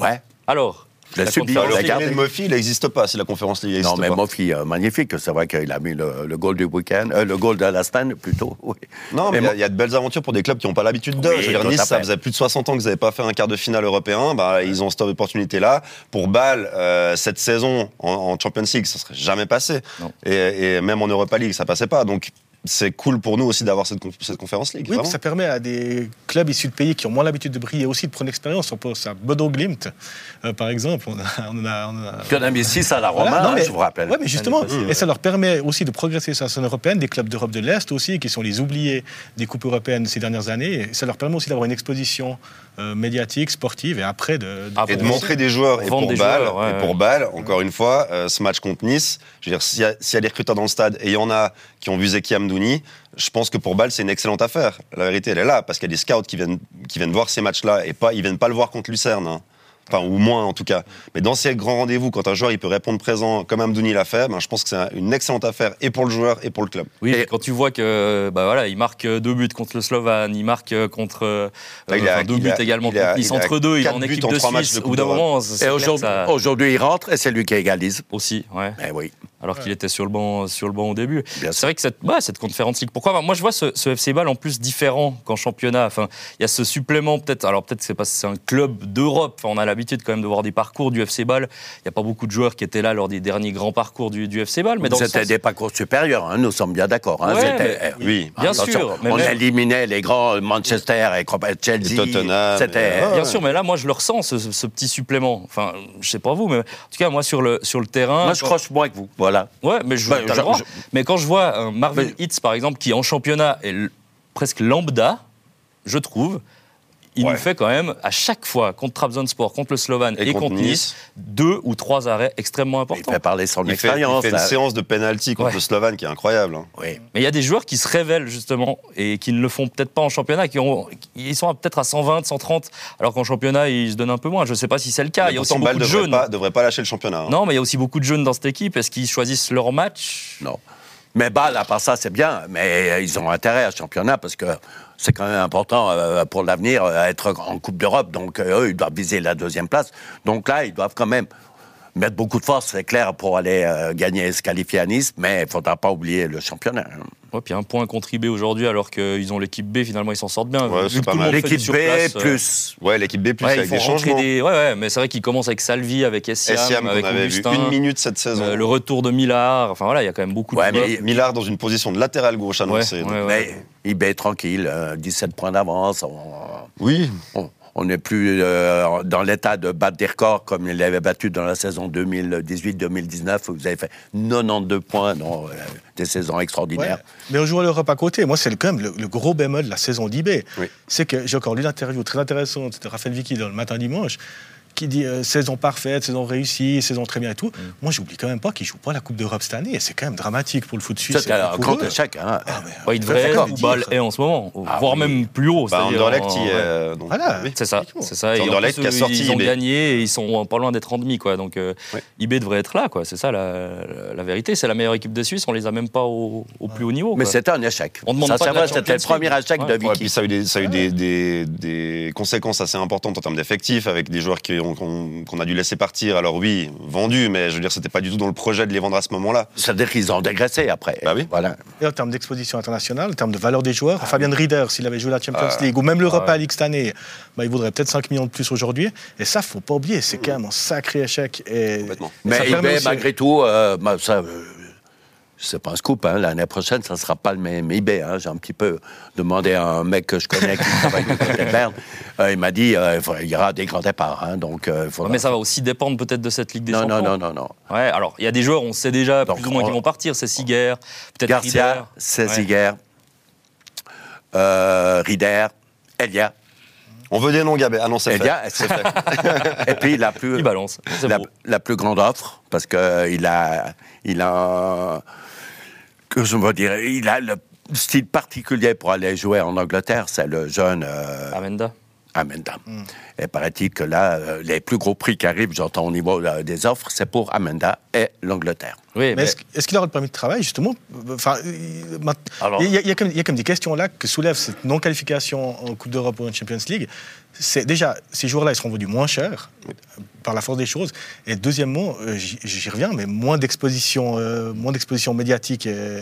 Speaker 4: ouais.
Speaker 2: Alors
Speaker 4: Je l'ai
Speaker 2: la
Speaker 4: subi,
Speaker 2: Conference
Speaker 4: on l'a
Speaker 2: League-
Speaker 4: gardé.
Speaker 5: Mais Murphy, il n'existe pas si la conférence League
Speaker 4: Non,
Speaker 5: n'existe
Speaker 4: mais
Speaker 5: pas.
Speaker 4: Mofi, euh, magnifique. C'est vrai qu'il a mis le, le goal du week-end, euh, le goal de la semaine plutôt. Oui.
Speaker 5: Non, mais
Speaker 4: Et
Speaker 5: il y a-
Speaker 4: moi-
Speaker 5: il y, a de belles aventures pour des clubs qui n'ont pas l'habitude de.
Speaker 4: Oui,
Speaker 5: Je veux dire,
Speaker 4: tout à
Speaker 5: Nice, ça
Speaker 4: fait.
Speaker 5: faisait plus de 60 ans qu'ils n'avaient pas fait un quart de finale européen. Bah, Ils ont cette opportunité-là. Pour Bâle, euh, cette saison en, en Champions League, ça ne serait jamais passé.
Speaker 2: Non.
Speaker 5: Et, et même en Europa League, ça ne passait pas. Donc, c'est cool pour nous aussi d'avoir cette, conf- cette conférence League.
Speaker 3: Oui,
Speaker 5: vraiment.
Speaker 3: puis ça permet à des clubs issus de pays qui ont moins l'habitude de briller aussi de prendre l'expérience. On pense à Bodo Glimt, euh, par exemple. On a, on a- on a-
Speaker 4: Tu en as mis 6 à la Roma,
Speaker 3: Voilà. Non,
Speaker 4: hein,
Speaker 3: mais-
Speaker 4: je vous rappelle.
Speaker 3: Ouais, mais justement,
Speaker 2: L'année passée,
Speaker 3: et ça leur permet aussi de progresser sur la scène européenne, des clubs d'Europe de l'Est aussi, qui sont les oubliés des Coupes européennes ces dernières années. Et ça leur permet aussi d'avoir une exposition euh, médiatique, sportive, et après de.
Speaker 2: Ah,
Speaker 5: et
Speaker 2: bon,
Speaker 5: de montrer des joueurs et
Speaker 2: Vendre
Speaker 5: pour
Speaker 2: des
Speaker 5: balle
Speaker 2: joueurs, ouais,
Speaker 5: et pour
Speaker 2: ouais.
Speaker 5: balle encore une fois euh, ce match contre Nice je veux dire s'il y, a- s'il y a des recruteurs dans le stade et il y en a qui ont vu Zeki Amdouni je pense que pour balle c'est une excellente affaire la vérité elle est là parce qu'il y a des scouts qui viennent qui viennent voir ces matchs là et pas ils viennent pas le voir contre Lucerne hein. Enfin, ou moins en tout cas. Mais dans ces grands rendez-vous, quand un joueur il peut répondre présent comme Amdouni l'a fait, ben, je pense que c'est une excellente affaire et pour le joueur et pour le club.
Speaker 2: Oui, quand tu vois que bah voilà, il marque euh, deux buts contre le Slovan, il marque euh, contre euh,
Speaker 5: Là, Ah, il a-
Speaker 2: enfin, deux
Speaker 5: il
Speaker 2: buts
Speaker 5: a-
Speaker 2: également
Speaker 5: il a-
Speaker 2: contre Nice.
Speaker 5: il a
Speaker 2: Entre deux, il est
Speaker 5: quatre
Speaker 2: en
Speaker 5: buts
Speaker 2: équipe
Speaker 5: en
Speaker 2: de
Speaker 5: trois matchs
Speaker 2: Suisse.
Speaker 5: de
Speaker 2: Au
Speaker 5: Coupe
Speaker 2: bout d'un
Speaker 5: d'Europe.
Speaker 2: moment, c'est
Speaker 4: Et
Speaker 2: clair que
Speaker 4: aujourd'hui, oh.
Speaker 2: ça-
Speaker 4: aujourd'hui, il rentre et c'est lui qui égalise.
Speaker 2: aussi, ouais.
Speaker 4: Eh oui,
Speaker 2: Alors qu'il était sur le banc, sur le banc au début. C'est
Speaker 4: bien sûr.
Speaker 2: vrai que cette, ouais, cette conférence league. Pourquoi Moi, je vois ce, ce FC Ball en plus différent qu'en championnat. Enfin, il y a ce supplément peut-être. Alors peut-être c'est parce que c'est un club d'Europe. Enfin, on a l'habitude quand même de voir des parcours du FC Ball. Il n'y a pas beaucoup de joueurs qui étaient là lors des derniers grands parcours du, du FC Ball. Mais dans le
Speaker 4: C'était
Speaker 2: sens-
Speaker 4: des parcours supérieurs, hein, nous sommes bien d'accord. hein,
Speaker 2: Ouais,
Speaker 4: c'était-
Speaker 2: mais-
Speaker 4: eh,
Speaker 5: Oui.
Speaker 2: Bien
Speaker 4: attention,
Speaker 2: sûr, mais
Speaker 4: on
Speaker 2: même-
Speaker 4: éliminait les grands Manchester et compa- Chelsea.
Speaker 5: Et Tottenham,
Speaker 4: C'était.
Speaker 5: et- Ah ouais.
Speaker 2: Bien sûr, mais là, moi, je le ressens, ce, ce- ce petit supplément. Enfin, je sais pas vous, mais en tout cas, moi, sur le, sur le terrain.
Speaker 4: Moi, je
Speaker 2: quand-
Speaker 4: croche moins que vous. Voilà.
Speaker 2: Ouais, mais je,
Speaker 4: Ben,
Speaker 2: t'as le
Speaker 4: je-
Speaker 2: droit.
Speaker 4: je-
Speaker 2: Mais quand je vois un Marvin Hitz, par exemple, qui en championnat est l- presque lambda, je trouve, il
Speaker 5: Ouais.
Speaker 2: nous fait quand même, à chaque fois, contre Trabzonspor, contre le Slovan et, contre, nice, deux ou trois arrêts extrêmement
Speaker 4: Il
Speaker 2: importants.
Speaker 4: fait parler son
Speaker 5: Il fait, il
Speaker 4: expérience.
Speaker 5: fait une
Speaker 4: là.
Speaker 5: séance de penalty contre
Speaker 2: Ouais.
Speaker 5: le Slovan qui est incroyable. hein.
Speaker 4: Oui.
Speaker 2: Mais il y a des joueurs qui se révèlent, justement, et qui ne le font peut-être pas en championnat, qui ont, ils sont à- peut-être à 120, 130, alors qu'en championnat, ils se donnent un peu moins. Je sais pas si c'est le cas.
Speaker 5: Mais
Speaker 2: Ah, Il y a aussi
Speaker 5: pourtant,
Speaker 2: beaucoup
Speaker 5: Bâle
Speaker 2: de
Speaker 5: devrait
Speaker 2: jeunes.
Speaker 5: pas, devrait pas lâcher le championnat. hein.
Speaker 2: Non, mais il y a aussi beaucoup de jeunes dans cette équipe. Est-ce qu'ils choisissent leur match
Speaker 4: Non. Mais Bâle, à part ça, c'est bien. Mais euh, ils ont intérêt à ce championnat parce que c'est quand même important euh, pour l'avenir euh, à être en Coupe d'Europe. Donc, euh, eux, ils doivent viser la deuxième place. Donc là, ils doivent quand même mettre beaucoup de force, c'est clair, pour aller euh, gagner et se qualifier à Nice. Mais il ne faudra pas oublier le championnat. hein.
Speaker 2: Ouais, puis un point contribué aujourd'hui, alors qu'ils ont l'équipe B, finalement, ils s'en sortent bien.
Speaker 5: Ouais,
Speaker 2: Vu
Speaker 5: c'est
Speaker 2: que
Speaker 5: pas
Speaker 2: tout le
Speaker 5: mal.
Speaker 2: monde fait
Speaker 4: L'équipe
Speaker 2: du
Speaker 4: B,
Speaker 2: surplace, euh,
Speaker 4: plus.
Speaker 5: Ouais, l'équipe B,
Speaker 2: ouais,
Speaker 5: avec
Speaker 2: ils font
Speaker 5: des
Speaker 2: rentrer
Speaker 5: changements.
Speaker 2: des- Ouais, ouais, mais c'est vrai qu'ils commencent avec Salvi, avec Essiam,
Speaker 5: Essiam,
Speaker 2: avec
Speaker 5: qu'on avait vu
Speaker 2: Augustin,
Speaker 5: une minute cette saison.
Speaker 2: euh, le retour de Millard. Enfin voilà, il y a quand même beaucoup
Speaker 4: Ouais,
Speaker 2: de.
Speaker 4: mais
Speaker 2: joueurs.
Speaker 5: Millard dans une position de latéral gauche annoncée.
Speaker 2: Ouais, ouais, ouais.
Speaker 4: Mais il est tranquille, euh, 17 points d'avance. on-
Speaker 5: Oui,
Speaker 4: on- On n'est plus euh, dans l'état de battre des records comme il l'avait battu dans la saison 2018-2019 où vous avez fait 92 points dans euh, des saisons extraordinaires.
Speaker 3: Ouais. Mais on joue à l'Europe à côté. Moi, c'est le- quand même le, le gros bémol de la saison d'IB.
Speaker 5: Oui.
Speaker 3: C'est que j'ai encore lu l'interview très intéressante de Raphaël Vicky dans le matin dimanche qui dit euh, saison parfaite, saison réussie, saison très bien et tout.
Speaker 4: Mm.
Speaker 3: Moi, j'oublie quand même pas qu'ils jouent pas la Coupe d'Europe cette année. Et C'est quand même dramatique pour le foot suisse.
Speaker 4: Ça, c'est
Speaker 3: et
Speaker 4: un
Speaker 3: pour
Speaker 4: grand
Speaker 3: eux.
Speaker 4: échec. hein.
Speaker 3: Ah, mais,
Speaker 2: Ouais, il
Speaker 3: euh,
Speaker 2: devrait
Speaker 3: d'accord,
Speaker 2: être où Bâle
Speaker 3: dire-
Speaker 2: est en ce moment,
Speaker 4: Ah
Speaker 2: voire
Speaker 4: oui.
Speaker 2: même plus haut.
Speaker 5: Bah,
Speaker 2: c'est-à-dire
Speaker 5: Anderlecht,
Speaker 2: en-
Speaker 5: il, euh, donc-
Speaker 3: Voilà.
Speaker 5: oui.
Speaker 2: C'est ça,
Speaker 3: Effectivement.
Speaker 2: c'est ça.
Speaker 5: C'est
Speaker 2: Et en
Speaker 5: Anderlecht
Speaker 2: plus,
Speaker 5: qui a
Speaker 2: eux,
Speaker 5: sorti
Speaker 2: ils ont
Speaker 5: IB.
Speaker 2: gagné et ils sont en parlant d'être en demi. Quoi. Donc, euh,
Speaker 5: Ouais.
Speaker 2: IB devrait être là. quoi. C'est ça la, la vérité. C'est la meilleure équipe de Suisse. On les a même pas au, au plus haut niveau.
Speaker 4: Mais
Speaker 2: quoi.
Speaker 4: c'était un échec.
Speaker 2: On demande pas de la
Speaker 4: Sincèrement, c'était le
Speaker 2: Champions League.
Speaker 4: premier échec
Speaker 2: Ouais.
Speaker 4: de
Speaker 5: Ouais,
Speaker 4: Vicky.
Speaker 5: puis ça a eu, des, ça a eu des, des- des conséquences assez importantes en termes d'effectifs, avec des joueurs qui ont- qu'on qu'on a dû laisser partir. Alors oui, vendus, mais je veux dire, c'était pas du tout dans le projet de les vendre à ce moment-là.
Speaker 4: C'est-à-dire qu'ils ont dégraissé après.
Speaker 5: Bah oui.
Speaker 4: Voilà.
Speaker 3: Et en termes d'exposition internationale, en termes de valeur des joueurs, Fabien Rieder, s'il avait joué la Champions League ou même l'Europa League cette année, bah, il vaudrait peut-être 5 millions de plus aujourd'hui. Et ça, faut pas oublier, c'est quand même un sacré échec. Et
Speaker 5: Complètement.
Speaker 3: et
Speaker 4: Mais
Speaker 3: ça
Speaker 4: IB,
Speaker 3: permet aussi-
Speaker 4: malgré tout, euh, bah, ça, euh, c'est pas un scoop. hein. L'année prochaine, ça ne sera pas le même eBay. hein, J'ai un petit peu demandé à un mec que je connais qui travaille du côté de
Speaker 2: [LAUGHS]
Speaker 4: Berne. Euh, il m'a dit euh, il faudra- il y aura des grands départs. hein, donc, euh, il faudra-
Speaker 2: Mais ça va aussi dépendre peut-être de cette Ligue des
Speaker 4: non,
Speaker 2: Champions.
Speaker 4: non, non, non, non.
Speaker 2: Ouais, alors il y a des joueurs, on sait déjà
Speaker 4: Donc,
Speaker 2: plus ou moins
Speaker 4: on-
Speaker 2: qui vont partir. C'est Siguer, peut-être Rieder.
Speaker 4: Garcia, Céziger, euh, Rider, Elia.
Speaker 5: On veut des noms, Gabé. Ah non, c'est fait.
Speaker 4: Elia, c'est
Speaker 2: [LAUGHS]
Speaker 4: fait. Et puis, la plus.
Speaker 2: Il balance. C'est
Speaker 4: la,
Speaker 2: beau.
Speaker 4: la plus grande offre parce que il a, il a, que je veux dire, il a le style particulier pour aller jouer en Angleterre, c'est le jeune euh,
Speaker 2: Amenda.
Speaker 4: Amenda. Et paraît-il que là, euh, les plus gros prix qui arrivent, j'entends au niveau euh, des offres, c'est pour Amenda et l'Angleterre.
Speaker 2: Oui,
Speaker 3: Mais
Speaker 2: mais-
Speaker 3: est-ce est-ce qu'il aura le permis de travail, justement enfin, il- ma-
Speaker 4: Alors-
Speaker 3: Il y, a- il y a comme- il y a comme des questions là que soulève cette non-qualification en Coupe d'Europe ou en Champions League. C'est Déjà, ces joueurs-là, ils seront vendus moins cher, euh, par la force des choses. Et deuxièmement, euh, j'y j'y reviens, mais moins d'exposition euh, moins d'exposition médiatique et,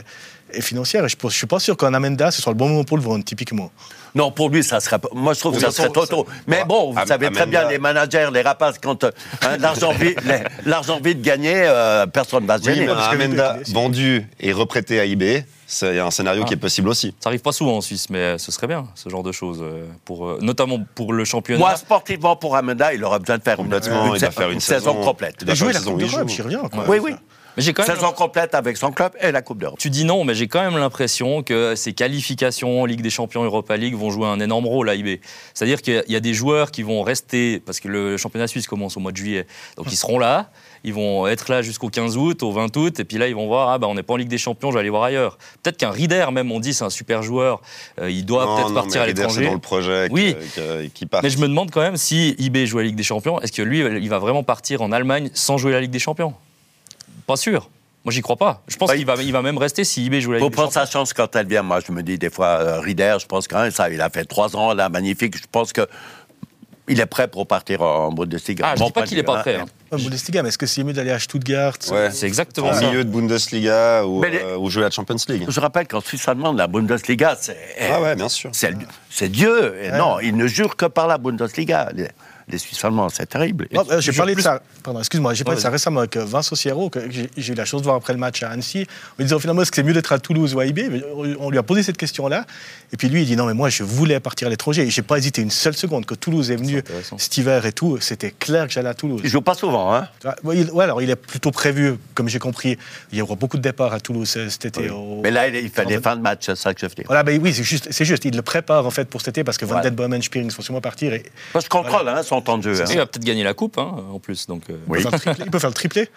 Speaker 3: et financière. Et je ne suis pas sûr qu'un Amenda, ce soit le bon moment pour le vendre, typiquement.
Speaker 4: Non, pour lui, ça serait. pas- Moi, je trouve que
Speaker 5: Oui,
Speaker 4: ça
Speaker 5: ça-
Speaker 4: serait trop
Speaker 5: ça-
Speaker 4: tôt. Mais bon, vous
Speaker 5: Am-
Speaker 4: savez très bien,
Speaker 5: Amenda-
Speaker 4: les managers, les rapaces, quand euh, hein, l'argent vite, l'argent vite gagné, euh, personne ne va se
Speaker 5: Oui,
Speaker 4: gêner.
Speaker 5: mais
Speaker 3: parce que
Speaker 5: Amenda
Speaker 3: les deux-
Speaker 5: vendu et reprêté à IB, c'est un scénario
Speaker 2: Ah.
Speaker 5: qui est possible aussi.
Speaker 2: Ça arrive pas souvent en Suisse, mais euh, ce serait bien, ce genre de choses, euh, pour, euh, notamment pour le championnat.
Speaker 4: Moi, sportivement, pour Amenda, il aura besoin de faire une,
Speaker 5: Complètement,
Speaker 4: Euh, une
Speaker 5: il
Speaker 4: sa-
Speaker 5: doit faire une,
Speaker 4: une saison complète.
Speaker 5: Il doit faire
Speaker 3: Et jouer
Speaker 5: une
Speaker 3: la
Speaker 5: saison
Speaker 3: Coupe
Speaker 5: où il
Speaker 3: d'Europe,
Speaker 5: joue.
Speaker 3: j'y reviens. quoi.
Speaker 4: Oui, oui.
Speaker 2: mais j'ai quand même
Speaker 4: Saison complète avec son club et la Coupe d'Europe.
Speaker 2: Tu dis non, mais j'ai quand même l'impression que ces qualifications en Ligue des Champions, Europa League vont jouer un énorme rôle à IB. C'est-à-dire qu'il y a des joueurs qui vont rester, parce que le championnat suisse commence au mois de juillet, donc ils seront là, ils vont être là jusqu'au 15 août, au 20 août, et puis là ils vont voir, ah bah on n'est pas en Ligue des Champions, je vais aller voir ailleurs. Peut-être qu'un Rieder même, on dit c'est un super joueur, euh, il doit
Speaker 5: Non,
Speaker 2: peut-être
Speaker 5: non,
Speaker 2: partir
Speaker 5: mais
Speaker 2: à
Speaker 5: Rieder, C'est
Speaker 2: l'étranger.
Speaker 5: dans le projet que-
Speaker 2: Oui.
Speaker 5: que- qui part.
Speaker 2: Mais je me demande quand même si IB joue à la Ligue des Champions, est-ce que lui, il va vraiment partir en Allemagne sans jouer la Ligue des Champions Pas sûr. Moi, j'y crois pas. Je pense
Speaker 4: Bah,
Speaker 2: qu'il va, il va même rester si IB joue la
Speaker 4: Faut
Speaker 2: Ligue des
Speaker 4: prendre
Speaker 2: Champions.
Speaker 4: sa chance quand elle vient. Moi, je me dis des fois, euh, Rieder, je pense qu'il ça, il a fait trois ans là, magnifique. Je pense que il est prêt pour partir en Bundesliga.
Speaker 2: Ah, je
Speaker 4: Bon,
Speaker 2: dis pas qu'il est pas
Speaker 4: hein.
Speaker 2: prêt. hein. Ah,
Speaker 3: En Bundesliga, mais est-ce que c'est mieux d'aller à Stuttgart
Speaker 5: Ouais.
Speaker 2: C'est exactement
Speaker 5: en
Speaker 2: ça.
Speaker 5: milieu de Bundesliga ou,
Speaker 4: Mais les-
Speaker 5: euh, ou jouer à la Champions League.
Speaker 4: Je rappelle qu'en Suisse allemande, la Bundesliga, c'est eh,
Speaker 2: Eh.
Speaker 5: Ah ouais, bien sûr.
Speaker 4: c'est- c'est Dieu. Et Non, ils ne jurent que par la Bundesliga. Les, les Suisses allemands, c'est terrible.
Speaker 3: Non, euh, j'ai
Speaker 2: je-
Speaker 3: parlé de
Speaker 2: plus-
Speaker 3: ça. Pardon, excuse-moi, j'ai parlé
Speaker 2: Ouais,
Speaker 3: de ça récemment avec euh, Vincent Sierro, que j'ai j'ai eu la chance de voir après le match à Annecy. On lui disait oh, finalement est-ce que c'est mieux d'être à Toulouse ou à IB Mais euh, On lui a posé cette question-là, et puis lui il dit non mais moi je voulais partir à l'étranger et j'ai pas hésité une seule seconde que Toulouse est
Speaker 2: C'est
Speaker 3: venu
Speaker 2: intéressant.
Speaker 3: cet hiver et tout, c'était clair que j'allais à Toulouse.
Speaker 4: Ils jouent pas souvent, hein.
Speaker 3: Tu vois, ouais, il- ouais, alors il est plutôt prévu, comme j'ai compris, il y aura beaucoup de départs à Toulouse euh, cet été. au-
Speaker 4: Mais là, il, il fait
Speaker 3: en
Speaker 4: des
Speaker 3: fait-
Speaker 4: fins de match, c'est ça que je veux dire.
Speaker 3: Voilà, ben oui, c'est juste, c'est juste, il le prépare en fait pour cet été parce que Van
Speaker 4: Voilà.
Speaker 3: Den Bomen, Spearing sont sûrement partir et
Speaker 4: Parce qu'on contrôle hein, son temps de jeu. hein.
Speaker 2: Il va peut-être gagner la coupe hein, en plus. Donc, euh,
Speaker 4: Oui.
Speaker 3: Il peut faire le triplé- il peut faire le triplé.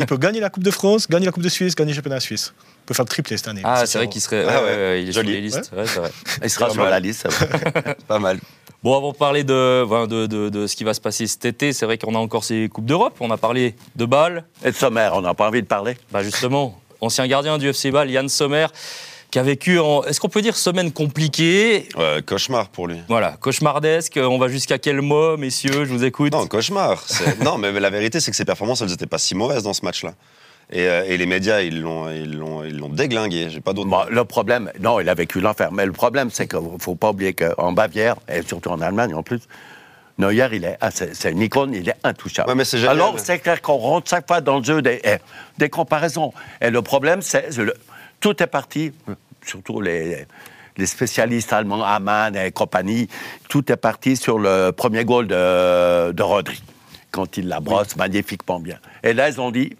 Speaker 3: Il peut gagner la Coupe de France, gagner la Coupe de Suisse, gagner le championnat suisse. Il peut faire le triplé cette année.
Speaker 2: Ah,
Speaker 3: Vincent
Speaker 2: c'est vrai
Speaker 3: Serrault.
Speaker 2: qu'il serait.
Speaker 5: Ah
Speaker 2: ouais,
Speaker 5: ouais,
Speaker 2: ouais, il est
Speaker 5: joli.
Speaker 2: sur les listes. Ouais, c'est vrai.
Speaker 4: Il sera
Speaker 5: Pas
Speaker 4: sur
Speaker 5: mal.
Speaker 4: la liste. c'est vrai.
Speaker 5: Pas mal.
Speaker 2: Bon, avant de parler de, enfin, de, de- de ce qui va se passer cet été, c'est vrai qu'on a encore ces Coupes d'Europe. On a parlé de Bâle,
Speaker 4: Et de sommaire, on n'a pas envie de parler.
Speaker 2: Bah justement, ancien gardien du FC Bâle, Yann Sommer, qui a vécu, en, est-ce qu'on peut dire, semaine compliquée
Speaker 5: Ouais, cauchemar pour lui.
Speaker 2: Voilà, cauchemardesque. On va jusqu'à quel mot, messieurs Je vous écoute.
Speaker 5: Non, cauchemar.
Speaker 2: [LAUGHS]
Speaker 5: C'est- non, mais la vérité, c'est que ses performances, elles n'étaient pas si mauvaises dans ce match-là. Et, euh, et les médias, ils l'ont, ils l'ont, ils l'ont déglingué. J'ai pas d'autre
Speaker 2: Bah,
Speaker 4: Bon, le problème, non, il a vécu l'enfer, mais le problème, c'est qu'il ne faut pas oublier qu'en Bavière, et surtout en Allemagne en plus, Neuer, il est, ah, c'est c'est une icône, il est intouchable.
Speaker 5: Ouais, mais c'est génial.
Speaker 4: Alors, c'est clair qu'on rentre chaque fois dans le jeu des, eh, des comparaisons. Et le problème, c'est. le- Tout est parti, surtout les, les spécialistes allemands, Hamann et compagnie, tout est parti sur le premier goal de, de Rodri, quand il la brosse magnifiquement bien. Et là, ils ont dit,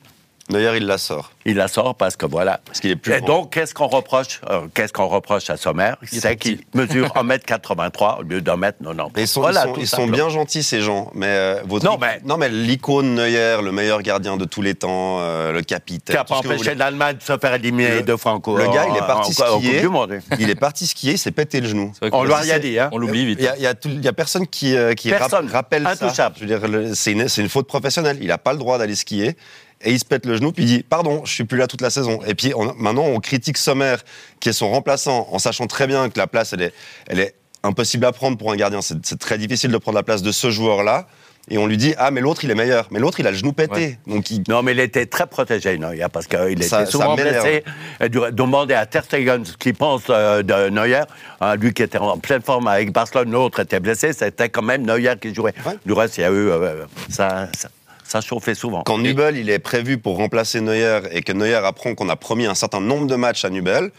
Speaker 5: Neuer, il la sort.
Speaker 4: il la sort parce que voilà.
Speaker 5: Parce qu'il est plus
Speaker 4: Et
Speaker 5: grand.
Speaker 4: donc, qu'est-ce qu'on reproche, euh, qu'est-ce qu'on reproche à Sommer
Speaker 2: Il est
Speaker 4: C'est
Speaker 2: petit.
Speaker 4: qu'il mesure 1m83 au lieu d'un mètre 90.
Speaker 5: Et Ils sont,
Speaker 4: Voilà,
Speaker 5: ils sont,
Speaker 4: tout
Speaker 5: ils sont
Speaker 4: simplement.
Speaker 5: bien gentils, ces gens. Mais, euh, votre-
Speaker 4: Non, mais-
Speaker 5: non, mais l'icône Neuer, le meilleur gardien de tous les temps, euh, le capitaine.
Speaker 4: Qui n'a
Speaker 5: tout
Speaker 4: pas
Speaker 5: ce que vous
Speaker 4: empêché
Speaker 5: voulez.
Speaker 4: l'Allemagne de se faire éliminer
Speaker 5: Le-
Speaker 4: deux fois en cours.
Speaker 5: le gars, il est parti
Speaker 4: en, en- en Coupe
Speaker 5: skier.
Speaker 4: du Monde. hein.
Speaker 5: Il est parti skier, il s'est pété le genou.
Speaker 2: C'est vrai
Speaker 4: On
Speaker 2: que-
Speaker 4: lui a rien dit, hein.
Speaker 2: On l'oublie
Speaker 5: Il
Speaker 2: vite.
Speaker 5: y a, il y a tout- il y a personne qui, euh, qui rap-
Speaker 4: Personne.
Speaker 5: rappelle ça.
Speaker 4: Intouchable.
Speaker 5: Je veux dire, le- c'est une, c'est une faute professionnelle. Il n'a pas le droit d'aller skier. Et il se pète le genou, puis il dit Pardon, je suis plus là toute la saison. Et puis on- maintenant, on critique Sommer, qui est son remplaçant, en sachant très bien que la place, elle est, elle est impossible à prendre pour un gardien. C'est c'est très difficile de prendre la place de ce joueur-là. Et on lui dit Ah, mais l'autre, il est meilleur. Mais l'autre, il a le genou pété.
Speaker 2: Ouais.
Speaker 5: Donc il,
Speaker 4: Non, mais il était très protégé, Neuer, parce qu'il
Speaker 5: Ça-
Speaker 4: était
Speaker 5: ça
Speaker 4: souvent
Speaker 5: m'énerve.
Speaker 4: blessé. Et de- Demander à Ter Stegen ce qu'il pense euh, de Neuer, hein, lui qui était en pleine forme avec Barcelone, l'autre était blessé, c'était quand même Neuer qui jouait.
Speaker 5: Ouais.
Speaker 4: Du reste, il y a eu... euh, ça, ça, ça chauffait souvent.
Speaker 5: Quand Nubel il est prévu pour remplacer Neuer et que Neuer apprend qu'on a promis un certain nombre de matchs à Nubel,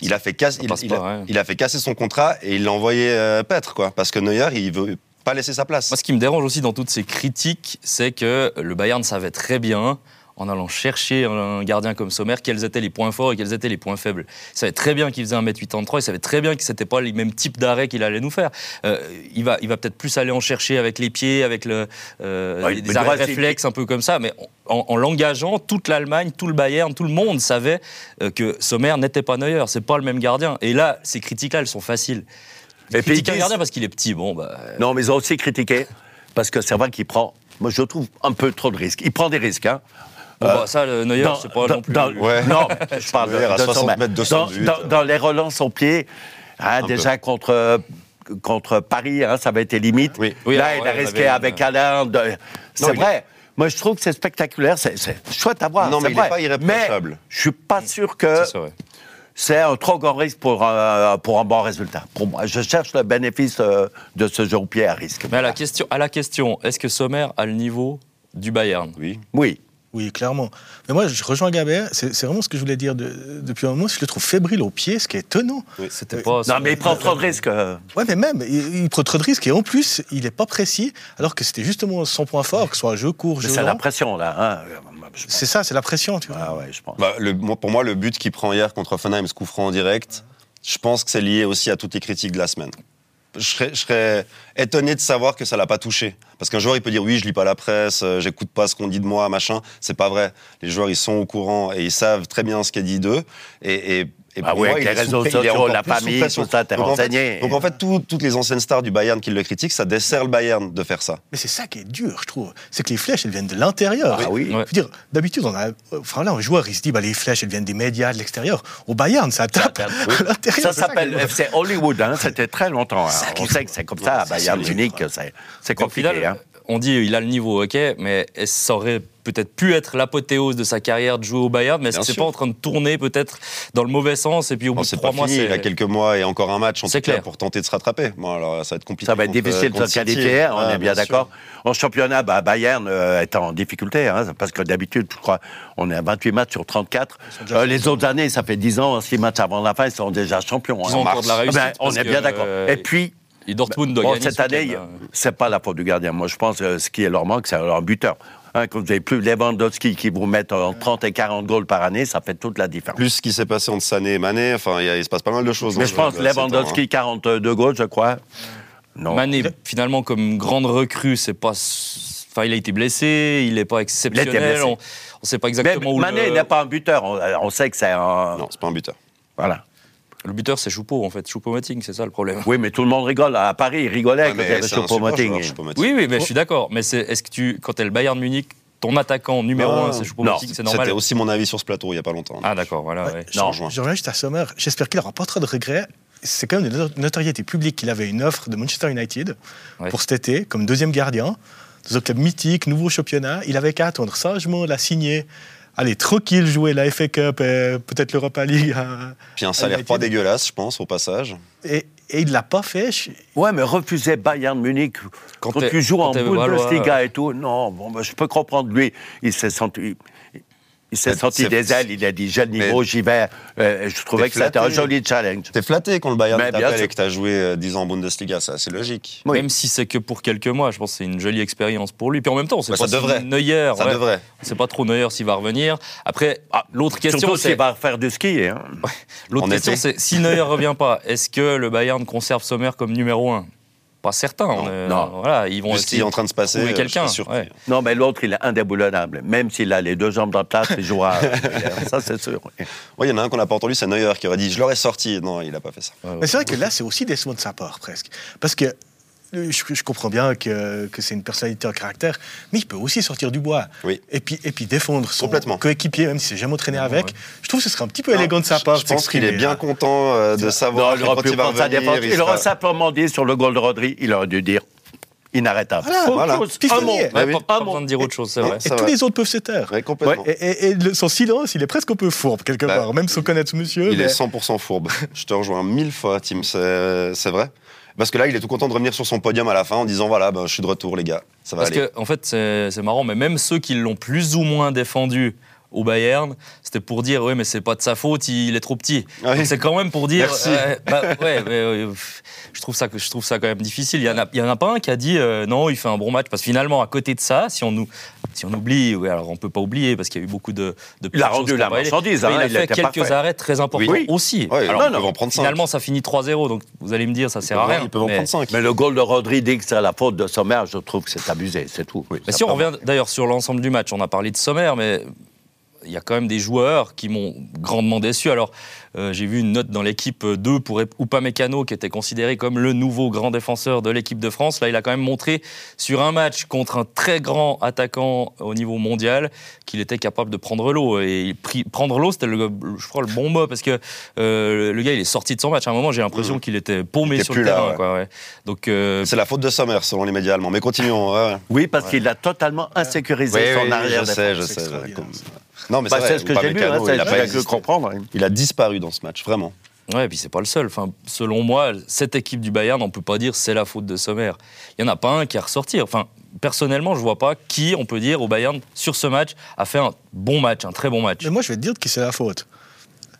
Speaker 5: il a fait, casse- il,
Speaker 2: passe
Speaker 5: il
Speaker 2: pas,
Speaker 5: a,
Speaker 2: ouais.
Speaker 5: il a fait casser son contrat et il l'a envoyé euh, paître, quoi. Parce que Neuer, il veut pas laisser sa place.
Speaker 2: Moi, ce qui me dérange aussi dans toutes ces critiques, c'est que le Bayern savait très bien, en allant chercher un gardien comme Sommer, quels étaient les points forts et quels étaient les points faibles. Il savait très bien qu'il faisait 1m83, il savait très bien que c'était pas le même type d'arrêt qu'il allait nous faire. Euh, il va, il va peut-être plus aller en chercher avec les pieds, avec le, euh,
Speaker 4: Ouais,
Speaker 2: des-
Speaker 4: mais
Speaker 2: des
Speaker 4: du
Speaker 2: arrêts
Speaker 4: reste, il-
Speaker 2: réflexes un peu comme ça, mais en, en l'engageant, toute l'Allemagne, tout le Bayern, tout le monde savait euh, que Sommer n'était pas Neuer, c'est pas le même gardien. Et là, ces critiques-là, elles sont faciles.
Speaker 4: Et
Speaker 2: Critiquer
Speaker 4: puis, ils
Speaker 2: un
Speaker 4: disent-
Speaker 2: gardien parce qu'il est petit, bon, bah.
Speaker 4: Non, mais ils ont aussi critiqué, parce que c'est vrai qu'il prend, moi je trouve, un peu trop de risques. Il prend des risques, hein.
Speaker 2: Bon,
Speaker 4: Euh,
Speaker 2: bah, ça, le Neuer,
Speaker 4: Dans-
Speaker 2: c'est pas
Speaker 4: dans-
Speaker 2: non plus.
Speaker 4: dans-
Speaker 5: Ouais.
Speaker 2: [LAUGHS]
Speaker 4: Non, mais je parle de,
Speaker 5: Neuer à
Speaker 4: de son
Speaker 5: 60
Speaker 4: mètre.
Speaker 5: mètres, 208.
Speaker 4: Dans, dans- dans les relances au pied, hein, déjà contre, contre Paris, hein, ça avait été limite.
Speaker 5: Oui.
Speaker 2: Oui,
Speaker 4: Là,
Speaker 2: alors,
Speaker 4: il
Speaker 2: ouais,
Speaker 4: a
Speaker 2: on
Speaker 4: risqué
Speaker 2: avait une- euh,
Speaker 4: avec Alain. de- C'est
Speaker 5: il
Speaker 4: vrai. Moi, je trouve que c'est spectaculaire, c'est c'est chouette à voir.
Speaker 5: Non,
Speaker 4: c'est
Speaker 5: mais il
Speaker 4: vrai.
Speaker 5: est pas irréprochable.
Speaker 4: Mais je suis pas sûr que
Speaker 2: Ça, Mm. c'est vrai.
Speaker 4: c'est un trop grand risque pour, euh, pour un bon résultat. Pour moi, je cherche le bénéfice euh, de ce jeu au pied à risque.
Speaker 2: Mais à la question, à la question est-ce que Sommer a le niveau du Bayern
Speaker 5: Oui.
Speaker 4: Oui.
Speaker 3: Oui, clairement. Mais moi, je rejoins Gabert. C'est c'est vraiment ce que je voulais dire de- depuis un moment. Je le trouve fébrile au pied, ce qui est étonnant.
Speaker 2: C'était
Speaker 3: Euh,
Speaker 2: pas.
Speaker 4: Non, mais il prend trop de risques. euh.
Speaker 3: Ouais, mais même, il, il prend trop de risques et en plus, il n'est pas précis, alors que c'était justement son point fort, que ce soit jeu court, jeu
Speaker 4: Mais C'est la
Speaker 3: lent.
Speaker 4: pression, là. hein, je pense.
Speaker 3: C'est ça, c'est la pression, tu vois.
Speaker 4: Ah ouais, je pense.
Speaker 5: Bah, le- moi, pour moi, le but qu'il prend hier contre Offenheim, ce coup franc en direct, je pense que c'est lié aussi à toutes les critiques de la semaine. Je serais, je serais étonné de savoir que ça l'a pas touché. Parce qu'un joueur, il peut dire oui, je lis pas la presse, euh, j'écoute pas ce qu'on dit de moi, machin. C'est pas vrai. Les joueurs, ils sont au courant et ils savent très bien ce qui est dit d'eux. Et, et, et
Speaker 4: Bah
Speaker 5: pour
Speaker 4: oui,
Speaker 5: moi,
Speaker 4: avec
Speaker 5: il
Speaker 4: les
Speaker 5: est
Speaker 4: réseaux
Speaker 5: sous- il est
Speaker 4: sociaux,
Speaker 5: encore
Speaker 4: la
Speaker 5: plus sous
Speaker 4: famille,
Speaker 5: pression.
Speaker 4: tout ça, t'es
Speaker 5: Donc, en fait-
Speaker 4: renseigné.
Speaker 5: Donc en fait, tout- toutes les anciennes stars du Bayern qui le critiquent, ça dessert le Bayern de faire ça.
Speaker 3: Mais c'est ça qui est dur, je trouve. C'est que les flèches, elles viennent de l'intérieur.
Speaker 4: Ah oui.
Speaker 3: Je veux dire, d'habitude, on a. Enfin, là, un joueur, il se dit, bah, les flèches, elles viennent des médias, de l'extérieur. Au Bayern, ça tape
Speaker 2: tape,
Speaker 3: [LAUGHS] à l'intérieur.
Speaker 4: Ça
Speaker 3: C'est qui est
Speaker 4: s'appelle
Speaker 3: lourd.
Speaker 4: FC Hollywood, hein, c'était très longtemps. hein.
Speaker 3: Ça qui
Speaker 4: On
Speaker 3: est
Speaker 4: sait
Speaker 3: fou.
Speaker 4: que c'est comme ça, à
Speaker 3: Ça, c'est
Speaker 4: Bayern
Speaker 3: le
Speaker 4: Munich, euh,
Speaker 3: truc,
Speaker 4: c'est c'est
Speaker 2: Au
Speaker 4: compliqué.
Speaker 2: final, euh,
Speaker 4: hein.
Speaker 2: On dit il a le niveau, ok, mais est-ce- ça aurait peut-être pu être l'apothéose de sa carrière de jouer au Bayern, mais est-ce
Speaker 5: Bien
Speaker 2: que c'est
Speaker 5: sûr.
Speaker 2: pas en train de tourner peut-être dans le mauvais sens et puis au
Speaker 5: Non,
Speaker 2: bout de
Speaker 5: c'est
Speaker 2: trois
Speaker 5: pas
Speaker 2: mois,
Speaker 5: fini.
Speaker 2: c'est
Speaker 5: Il a quelques mois et encore un match en
Speaker 2: C'est
Speaker 5: tout cas,
Speaker 2: clair.
Speaker 5: pour tenter de se rattraper. Bon, alors ça va être compliqué.
Speaker 4: Ça va être
Speaker 5: contre- euh,
Speaker 4: difficile de
Speaker 5: contre
Speaker 4: se
Speaker 5: City.
Speaker 4: qualifier, on
Speaker 5: Ouais,
Speaker 4: est bien
Speaker 5: sûr.
Speaker 4: d'accord. En championnat, bah, Bayern euh, est en difficulté, hein, parce que d'habitude, je crois, on est à 28 matchs sur 34.
Speaker 3: déjà
Speaker 4: Euh, les autres années, ça fait 10 ans, 6 matchs avant la fin, ils sont déjà champions.
Speaker 2: Ils
Speaker 4: hein.
Speaker 2: ont encore de la
Speaker 4: Ah ben,
Speaker 2: réussite.
Speaker 4: on
Speaker 2: parce
Speaker 4: est
Speaker 2: que,
Speaker 4: bien d'accord.
Speaker 2: euh,
Speaker 4: Et puis,
Speaker 2: et Dortmund doit
Speaker 4: Bah, Ben, Bon,
Speaker 2: gagner
Speaker 4: cette
Speaker 2: ce
Speaker 4: année, euh,
Speaker 2: week-end, hein.
Speaker 4: c'est pas la faute du gardien. Moi, je pense que ce qui est leur manque, c'est leur buteur. Hein, quand vous n'avez plus Lewandowski qui vous met en 30 et 40 goals par année, ça fait toute la différence.
Speaker 5: Plus ce qui s'est passé entre Sané et Mané, enfin, il y a- il se passe pas mal de choses. hein,
Speaker 4: Mais
Speaker 5: dans
Speaker 4: je
Speaker 5: le
Speaker 4: pense
Speaker 5: jeu, là, ces temps,
Speaker 4: Lewandowski, 42 goals, je crois. Non.
Speaker 2: euh, Mané, finalement, comme grande recrue, c'est pas. Enfin, il a été blessé, il n'est pas exceptionnel.
Speaker 4: blessé.
Speaker 2: On ne sait pas
Speaker 4: Mais
Speaker 2: exactement où
Speaker 4: Mané
Speaker 2: le...
Speaker 4: n'est pas un buteur. On, on sait que c'est un.
Speaker 5: hein. Non, c'est pas un buteur.
Speaker 4: Voilà.
Speaker 2: le buteur, c'est Choupo, en fait. Choupo-Moting, c'est ça le problème.
Speaker 4: Oui, mais tout le monde rigole. À Paris, ils rigolaient
Speaker 5: Ah,
Speaker 4: quand
Speaker 5: mais
Speaker 4: il y avait
Speaker 5: c'est un super
Speaker 4: Choupo-Moting.
Speaker 5: joueur, Choupo-Moting.
Speaker 2: Oui, oui, mais je suis d'accord. Mais c'est- est-ce que tu, quand t'es le Bayern Munich, ton attaquant numéro
Speaker 5: Non,
Speaker 2: un, c'est Choupo-Moting, c'est normal.
Speaker 5: C'était aussi mon avis sur ce plateau il y a pas longtemps. hein,
Speaker 2: Ah d'accord, voilà.
Speaker 3: Ouais.
Speaker 2: ouais.
Speaker 5: Je te
Speaker 4: non.
Speaker 5: rejoins.
Speaker 3: Je reviens juste à Sommer. J'espère qu'il n'aura pas trop de regrets. C'est quand même de not- notoriété publique qu'il avait une offre de Manchester United
Speaker 2: Ouais.
Speaker 3: pour cet été, comme deuxième gardien, dans un club mythique, nouveau championnat. Il avait qu'à attendre sagement, la signer. Allez, tranquille, jouer la FA Cup, et peut-être l'Europa League. hein.
Speaker 5: Puis
Speaker 4: Ah,
Speaker 5: un salaire pas dégueulasse, je pense, au passage.
Speaker 3: Et, et il ne l'a pas fait. Je-
Speaker 4: Ouais, mais refuser Bayern Munich quand,
Speaker 2: t'es-
Speaker 4: tu joues
Speaker 2: quand
Speaker 4: en
Speaker 2: t'es Valois,
Speaker 4: Bundesliga et tout. Non, bon, ben, je peux comprendre. Lui, il s'est senti. Il s'est
Speaker 5: C'est-
Speaker 4: sorti
Speaker 5: c'est-
Speaker 4: des ailes, il a dit j'ai le niveau, j'y vais. Euh, je trouvais
Speaker 5: T'es
Speaker 4: que c'était un
Speaker 5: flatté.
Speaker 4: joli challenge.
Speaker 5: T'es flatté quand le Bayern
Speaker 4: Mais bien
Speaker 5: t'appelle
Speaker 4: sûr.
Speaker 5: et que t'as joué euh, 10 ans en Bundesliga, ça, c'est logique.
Speaker 4: Oui.
Speaker 2: Même si c'est que pour quelques mois, je pense que c'est une jolie expérience pour lui. Puis en même temps, on sait
Speaker 5: Bah,
Speaker 2: pas
Speaker 5: ça
Speaker 2: si
Speaker 5: devrait.
Speaker 2: Neuer,
Speaker 4: Ah,
Speaker 5: Ça
Speaker 2: ouais,
Speaker 5: devrait.
Speaker 2: on sait pas trop Neuer s'il va revenir. Après, ah, l'autre question,
Speaker 4: Surtout
Speaker 2: c'est
Speaker 4: s'il va refaire du ski. Hein.
Speaker 2: l'autre
Speaker 5: En
Speaker 2: question,
Speaker 5: été.
Speaker 2: c'est si Neuer
Speaker 5: [LAUGHS]
Speaker 2: revient pas, est-ce que le Bayern conserve Sommer comme numéro un Pas certain. on
Speaker 5: Non,
Speaker 2: est-
Speaker 4: non.
Speaker 2: Voilà, ils vont
Speaker 5: Vu ce qui est
Speaker 2: essayer.
Speaker 5: en train de se passer,
Speaker 2: trouver
Speaker 5: euh, je
Speaker 2: quelqu'un,
Speaker 5: serais surpris.
Speaker 2: ouais.
Speaker 4: Non, mais l'autre, il est indéboulonnable. Même s'il a les deux jambes dans le place, il
Speaker 2: [LAUGHS]
Speaker 4: jouera. euh, ça, c'est sûr.
Speaker 5: Ouais, il y en a un qu'on n'a pas entendu, c'est Neuer qui aurait dit Je l'aurais sorti. Non, il n'a pas fait ça.
Speaker 3: Mais c'est vrai que là, c'est aussi décevant de sa part, presque. Parce que euh, je, je comprends bien que, que c'est une personnalité, un caractère, mais il peut aussi sortir du bois.
Speaker 5: Oui.
Speaker 3: Et puis, et puis défendre son
Speaker 5: Complètement.
Speaker 3: coéquipier, même s'il s'est jamais entraîné avec. Je trouve que ce serait un petit peu
Speaker 5: Non,
Speaker 3: élégant de sa
Speaker 5: je-
Speaker 3: part.
Speaker 5: Je pense qu'il est
Speaker 3: s'exprimer,
Speaker 5: bien
Speaker 3: hein.
Speaker 5: content euh, de
Speaker 4: Non,
Speaker 5: savoir
Speaker 4: il
Speaker 5: que quand
Speaker 4: aurait pu
Speaker 5: il va
Speaker 4: prendre sa défense.
Speaker 5: revenir.
Speaker 4: Il, aurait simplement dit sur le goal de Rodri, il aurait dû dire inarrêtable.
Speaker 3: Voilà,
Speaker 4: Autre
Speaker 5: voilà.
Speaker 4: chose,
Speaker 3: Puis
Speaker 4: un
Speaker 3: fini.
Speaker 4: mot.
Speaker 3: Ouais,
Speaker 2: Ouais,
Speaker 5: oui. Ah
Speaker 2: pas, pas besoin de dire autre chose, c'est vrai.
Speaker 5: Et-
Speaker 3: Et
Speaker 5: Ça
Speaker 3: tous
Speaker 5: va.
Speaker 3: les autres peuvent se taire.
Speaker 5: Ouais, complètement.
Speaker 3: Et, et- et le- son silence, il est presque un peu fourbe, quelque
Speaker 5: Bah,
Speaker 3: part, même sans connaître ce monsieur.
Speaker 5: Il
Speaker 3: mais-
Speaker 5: est 100% fourbe. Je te rejoins mille fois, Tim, c'est c'est vrai. Parce que là, il est tout content de revenir sur son podium à la fin en disant Voilà, ben, je suis de retour, les gars. Ça va
Speaker 2: Parce
Speaker 5: aller.
Speaker 2: que, en fait, c'est c'est marrant, mais même ceux qui l'ont plus ou moins défendu au Bayern, c'était pour dire, oui, mais c'est pas de sa faute, il est trop petit.
Speaker 5: Ah oui.
Speaker 2: Donc C'est quand même pour dire.
Speaker 5: Merci.
Speaker 2: euh, bah, ouais, mais, euh, pff, je, trouve ça, que- je trouve ça quand même difficile. Il y en a, il y en a pas un qui a dit, euh, non, il fait un bon match. Parce que finalement, à côté de ça, si on nous. Si on oublie, oui, alors on peut pas oublier parce qu'il y a eu beaucoup de. de
Speaker 4: Il a
Speaker 2: petites choses
Speaker 4: rendu
Speaker 2: qu'on
Speaker 4: la
Speaker 2: a pas aidé.
Speaker 4: marchandise,
Speaker 2: Mais
Speaker 4: hein,
Speaker 2: il a
Speaker 4: il
Speaker 2: fait
Speaker 4: était
Speaker 2: quelques
Speaker 4: parfait.
Speaker 2: arrêts très importants
Speaker 4: Oui.
Speaker 2: aussi.
Speaker 5: Ouais,
Speaker 2: alors,
Speaker 5: non,
Speaker 4: non,
Speaker 5: ils peuvent en prendre 5.
Speaker 2: finalement, ça finit 3-0, donc vous allez me dire, ça sert à rien.
Speaker 5: Ils peuvent en
Speaker 2: mais-
Speaker 5: prendre 5.
Speaker 4: Mais le goal de Rodri dit que c'est la faute de Sommer, je trouve que c'est abusé, c'est tout.
Speaker 2: Mais
Speaker 4: Ça
Speaker 2: si on
Speaker 4: peut-
Speaker 2: revient d'ailleurs sur l'ensemble du match, on a parlé de sommaire, mais il y a quand même des joueurs qui m'ont grandement déçu. Alors, euh, j'ai vu une note dans l'équipe 2 pour Upamecano, qui était considéré comme le nouveau grand défenseur de l'équipe de France. Là, il a quand même montré sur un match contre un très grand attaquant au niveau mondial qu'il était capable de prendre l'eau. Et il prit- prendre l'eau, c'était, le, je crois, le bon mot, parce que euh, le gars, il est sorti de son match. À un moment, j'ai l'impression qu'il était paumé
Speaker 5: Hmm. Il était
Speaker 2: sur le
Speaker 5: plus là,
Speaker 2: terrain.
Speaker 5: ouais.
Speaker 2: quoi, ouais. Donc, euh,
Speaker 5: C'est la faute de Sommer, selon les médias allemands. Mais continuons. ouais, ouais.
Speaker 4: Oui, parce qu'il a totalement insécurisé
Speaker 5: Oui,
Speaker 4: son
Speaker 5: oui,
Speaker 4: arrière.
Speaker 5: je sais, je
Speaker 3: c'est
Speaker 5: sais.
Speaker 3: extraordinaire,
Speaker 5: comme- Non, mais
Speaker 4: Bah,
Speaker 5: c'est vrai,
Speaker 4: c'est ce que j'ai lu, hein,
Speaker 5: Upamecano,
Speaker 4: ça,
Speaker 5: il, a
Speaker 4: j'ai
Speaker 5: pas
Speaker 4: pas cru
Speaker 5: existé.
Speaker 4: comprendre. hein.
Speaker 5: il a disparu dans ce match, vraiment.
Speaker 2: Ouais, et puis c'est pas le seul. Enfin, selon moi, cette équipe du Bayern, on peut pas dire c'est la faute de Sommer. Il y en a pas un qui a ressorti. Enfin, personnellement, je vois pas qui, on peut dire, au Bayern, sur ce match, a fait un bon match, un très bon match.
Speaker 3: Mais moi, je vais te dire que c'est la faute.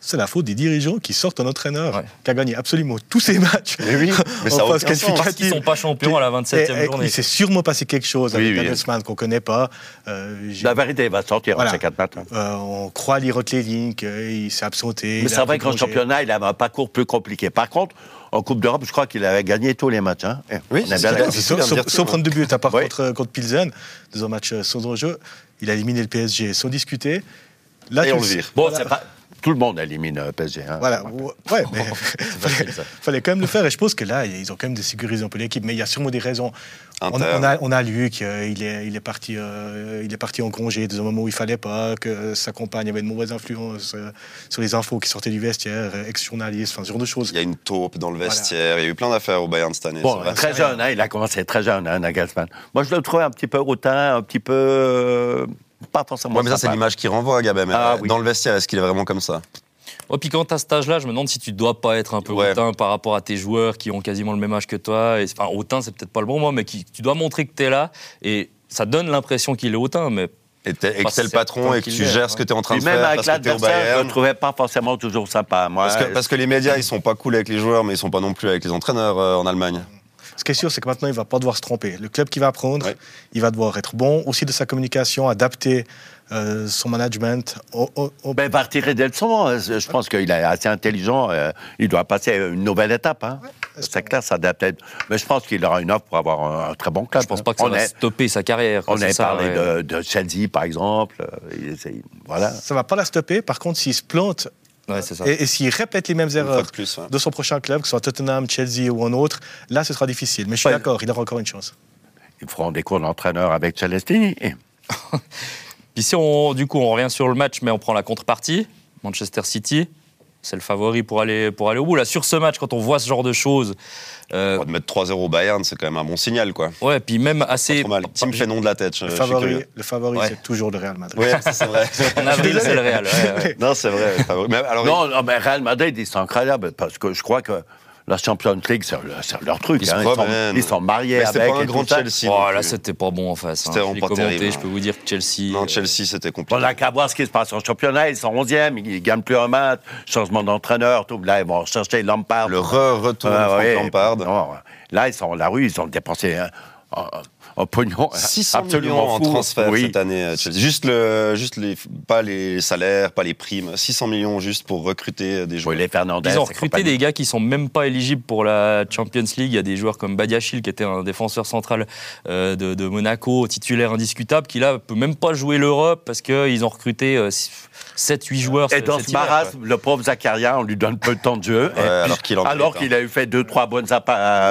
Speaker 3: C'est la faute des dirigeants qui sortent un entraîneur
Speaker 2: Ouais.
Speaker 3: qui a gagné absolument tous ses matchs.
Speaker 5: Mais oui,
Speaker 3: [LAUGHS]
Speaker 5: mais ça a
Speaker 3: en
Speaker 2: Parce
Speaker 5: aucun sens.
Speaker 3: phase
Speaker 2: qu'ils
Speaker 3: qualificative.
Speaker 2: sont pas champions à la 27e
Speaker 3: Et- et-
Speaker 2: journée.
Speaker 3: eh, Il s'est sûrement passé quelque chose
Speaker 5: Oui,
Speaker 3: avec
Speaker 5: oui.
Speaker 3: Nagelsmann qu'on connaît pas. Euh, j'ai-
Speaker 4: La vérité va sortir
Speaker 3: Voilà.
Speaker 4: en ces quatre matins.
Speaker 3: euh, on croit lire entre les lignes qu'il s'est absenté.
Speaker 4: Mais
Speaker 3: euh, il
Speaker 4: c'est
Speaker 3: a
Speaker 4: vrai
Speaker 3: pris
Speaker 4: qu'en
Speaker 3: congé.
Speaker 4: championnat, il avait un parcours plus compliqué. Par contre, en Coupe d'Europe, je crois qu'il avait gagné tous les matchs. hein. Eh,
Speaker 5: Oui,
Speaker 4: on est
Speaker 5: c'est
Speaker 4: bien
Speaker 5: ça.
Speaker 4: d'accord.
Speaker 3: Sauf-
Speaker 5: C'est sûr,
Speaker 3: Sauf
Speaker 5: bien sûr.
Speaker 3: sauf prendre deux buts, à part
Speaker 4: Oui.
Speaker 3: contre, euh, contre Pilsen, dans un match euh, sans enjeu, il a éliminé le PSG sans discuter. Là,
Speaker 5: Et
Speaker 3: tu
Speaker 5: on
Speaker 3: le
Speaker 5: le
Speaker 3: sais-
Speaker 5: vire.
Speaker 4: Bon,
Speaker 3: Voilà.
Speaker 4: c'est pas... Tout le monde élimine euh, PSG. hein.
Speaker 3: Ah, Voilà, ouais,
Speaker 5: [LAUGHS]
Speaker 3: mais [LAUGHS] fallait, fallait quand même le faire. Et je pense que là, ils ont quand même désécurisé un peu l'équipe. Mais il y a sûrement des raisons. On,
Speaker 5: Inter.
Speaker 3: on a, on a Luc, euh, il est, il, est parti, euh, il est parti en congé dans un moment où il fallait pas, que euh, sa compagne avait de mauvaises influences euh, sur les infos qui sortaient du vestiaire, euh, ex-journaliste, enfin ce genre de choses.
Speaker 5: Il y a une taupe dans le
Speaker 3: Voilà.
Speaker 5: vestiaire. Il y a eu plein d'affaires au Bayern cette année.
Speaker 4: Bon,
Speaker 5: c'est vrai.
Speaker 4: très jeune, hein, il a commencé très jeune, hein, Nagelsmann. Moi, je le trouvais un petit peu hautain, un petit peu. euh, pas forcément.
Speaker 5: Ouais, mais ça, c'est
Speaker 4: sympa.
Speaker 5: l'image qui renvoie à Gabem.
Speaker 4: Ah,
Speaker 5: Euh,
Speaker 4: oui.
Speaker 5: Dans le vestiaire, est-ce qu'il est vraiment comme ça
Speaker 2: Ouais, Oh, puis quand t'as cet âge-là, je me demande si tu dois pas être un peu
Speaker 5: Ouais.
Speaker 2: hautain par rapport à tes joueurs qui ont quasiment le même âge que toi. Et, enfin, hautain, c'est peut-être pas le bon mot, mais qui, tu dois montrer que t'es là. Et ça donne l'impression qu'il est hautain, mais
Speaker 5: Et t'es-
Speaker 4: Oh,
Speaker 5: et que
Speaker 2: Parce
Speaker 5: t'es le
Speaker 2: que c'est
Speaker 5: patron
Speaker 2: toi
Speaker 5: et que
Speaker 2: qui
Speaker 5: tu
Speaker 2: l'es,
Speaker 5: gères ce
Speaker 2: ouais.
Speaker 5: que t'es en train
Speaker 4: Puis
Speaker 5: de
Speaker 4: même
Speaker 5: faire
Speaker 4: avec
Speaker 5: parce que t'es au
Speaker 4: l'adversaire, je le
Speaker 5: Bayern.
Speaker 4: trouvais pas forcément toujours sympa. Moi,
Speaker 5: Parce que, parce que les médias, ils sont pas cool avec les joueurs, mais ils sont pas non plus avec les entraîneurs euh, en Allemagne.
Speaker 3: Ce qui est sûr, c'est que maintenant, il va pas devoir se tromper. Le club qu'il va prendre,
Speaker 5: Ouais.
Speaker 3: il va devoir être bon aussi de sa communication, adapter euh, son management Oh, au, au- au-
Speaker 4: Ben, va retirer des leçons. hein. Je pense qu'il est assez intelligent. euh, il doit passer une nouvelle étape. Hein. c'est clair, ça doit peut-être. Mais je pense qu'il aura une offre pour avoir un, un très bon club. hein.
Speaker 2: je pense pas que ça
Speaker 4: on
Speaker 2: va
Speaker 4: est-
Speaker 2: stopper sa carrière. quoi,
Speaker 4: on
Speaker 2: c'est
Speaker 4: a
Speaker 2: ça,
Speaker 4: parlé
Speaker 2: ouais.
Speaker 4: de, de Chelsea, par exemple. euh, il essaye- voilà.
Speaker 3: Ça va pas la stopper. Par contre, s'il se plante
Speaker 2: Ouais, c'est ça.
Speaker 3: et, et s'il répète les mêmes
Speaker 5: Une fois
Speaker 3: erreurs
Speaker 5: de plus. ouais.
Speaker 3: de son prochain club, que ce soit Tottenham, Chelsea ou un autre, là, ce sera difficile. Mais je suis
Speaker 4: Ouais.
Speaker 3: d'accord, il aura encore une chance.
Speaker 4: Ils feront des cours d'entraîneur avec
Speaker 5: Ah
Speaker 4: Celestini.
Speaker 2: Puis si on, du coup, on revient sur le match, mais on prend la contrepartie, Manchester City, c'est le favori pour aller, pour aller au bout. Là, sur ce match, quand on voit ce genre de choses, euh,
Speaker 5: Bon, De mettre 3-0 au Bayern, c'est quand même un bon signal, quoi.
Speaker 2: ouais, puis même
Speaker 5: Pas
Speaker 2: assez. [LAUGHS]
Speaker 5: trop mal. Tim fait non de la tête. Je,
Speaker 3: Le
Speaker 5: Euh, je suis
Speaker 3: favori,
Speaker 5: curieux.
Speaker 3: le favori
Speaker 2: Ouais.
Speaker 3: c'est toujours le Real Madrid.
Speaker 5: Ouais, ça, [LAUGHS] c'est vrai.
Speaker 2: En avril, c'est le
Speaker 5: [LAUGHS]
Speaker 2: Real. ouais, ouais.
Speaker 5: non, c'est vrai. le favori. Mais alors,
Speaker 4: Non, non, mais Real Madrid, ils sont incroyables parce que je crois que la Champions League, c'est le- c'est leur truc.
Speaker 5: Ils se
Speaker 4: hein, sont,
Speaker 5: promènent.
Speaker 4: ils sont mariés
Speaker 5: Mais c'était
Speaker 4: avec.
Speaker 5: pas un
Speaker 4: et
Speaker 5: grand
Speaker 4: tout ça.
Speaker 5: Chelsea.
Speaker 2: Oh,
Speaker 5: non
Speaker 2: là,
Speaker 5: plus.
Speaker 2: c'était pas bon en face. hein.
Speaker 5: C'était
Speaker 2: Je
Speaker 5: vraiment
Speaker 2: l'ai
Speaker 5: pas
Speaker 2: commenté,
Speaker 5: terrible,
Speaker 2: je
Speaker 5: hein.
Speaker 2: peux vous dire que Chelsea.
Speaker 5: Non,
Speaker 2: euh,
Speaker 5: Chelsea, c'était compliqué.
Speaker 4: On n'a qu'à voir ce qui se passe en championnat. Ils sont 11e, ils gagnent plus un match. Changement d'entraîneur, tout. Là, ils vont chercher Lampard.
Speaker 5: Le re-retour
Speaker 4: Ah,
Speaker 5: de Frank
Speaker 4: ouais.
Speaker 5: Lampard.
Speaker 4: Non, là, ils sont à la rue, ils ont dépensé un, un- un pognon
Speaker 5: 600
Speaker 4: absolument
Speaker 5: millions
Speaker 4: fou.
Speaker 5: en transfert
Speaker 4: Oui.
Speaker 5: cette année. euh, Chelsea. Juste, le, juste les, pas les salaires, pas les primes. 600 millions juste pour recruter euh, des joueurs.
Speaker 4: Oui, les Fernandez.
Speaker 2: Ils ont
Speaker 4: et
Speaker 2: recruté
Speaker 4: compagnie.
Speaker 2: des gars qui sont même pas éligibles pour la Champions League. Il y a des joueurs comme Badiachil, qui était un défenseur central euh, de, de Monaco, titulaire indiscutable, qui là peut même pas jouer l'Europe parce qu'ils ont recruté euh, 7-8 joueurs.
Speaker 4: Et
Speaker 2: ce-
Speaker 4: dans
Speaker 2: cet
Speaker 4: ce
Speaker 2: hiver,
Speaker 4: marasme, le pauvre Zakaria, on lui donne peu de temps de jeu.
Speaker 5: Ouais,
Speaker 4: Et
Speaker 5: alors
Speaker 4: puis-
Speaker 5: qu'il en hein.
Speaker 4: alors
Speaker 5: mérite,
Speaker 4: qu'il a eu fait deux, trois bonnes, appa-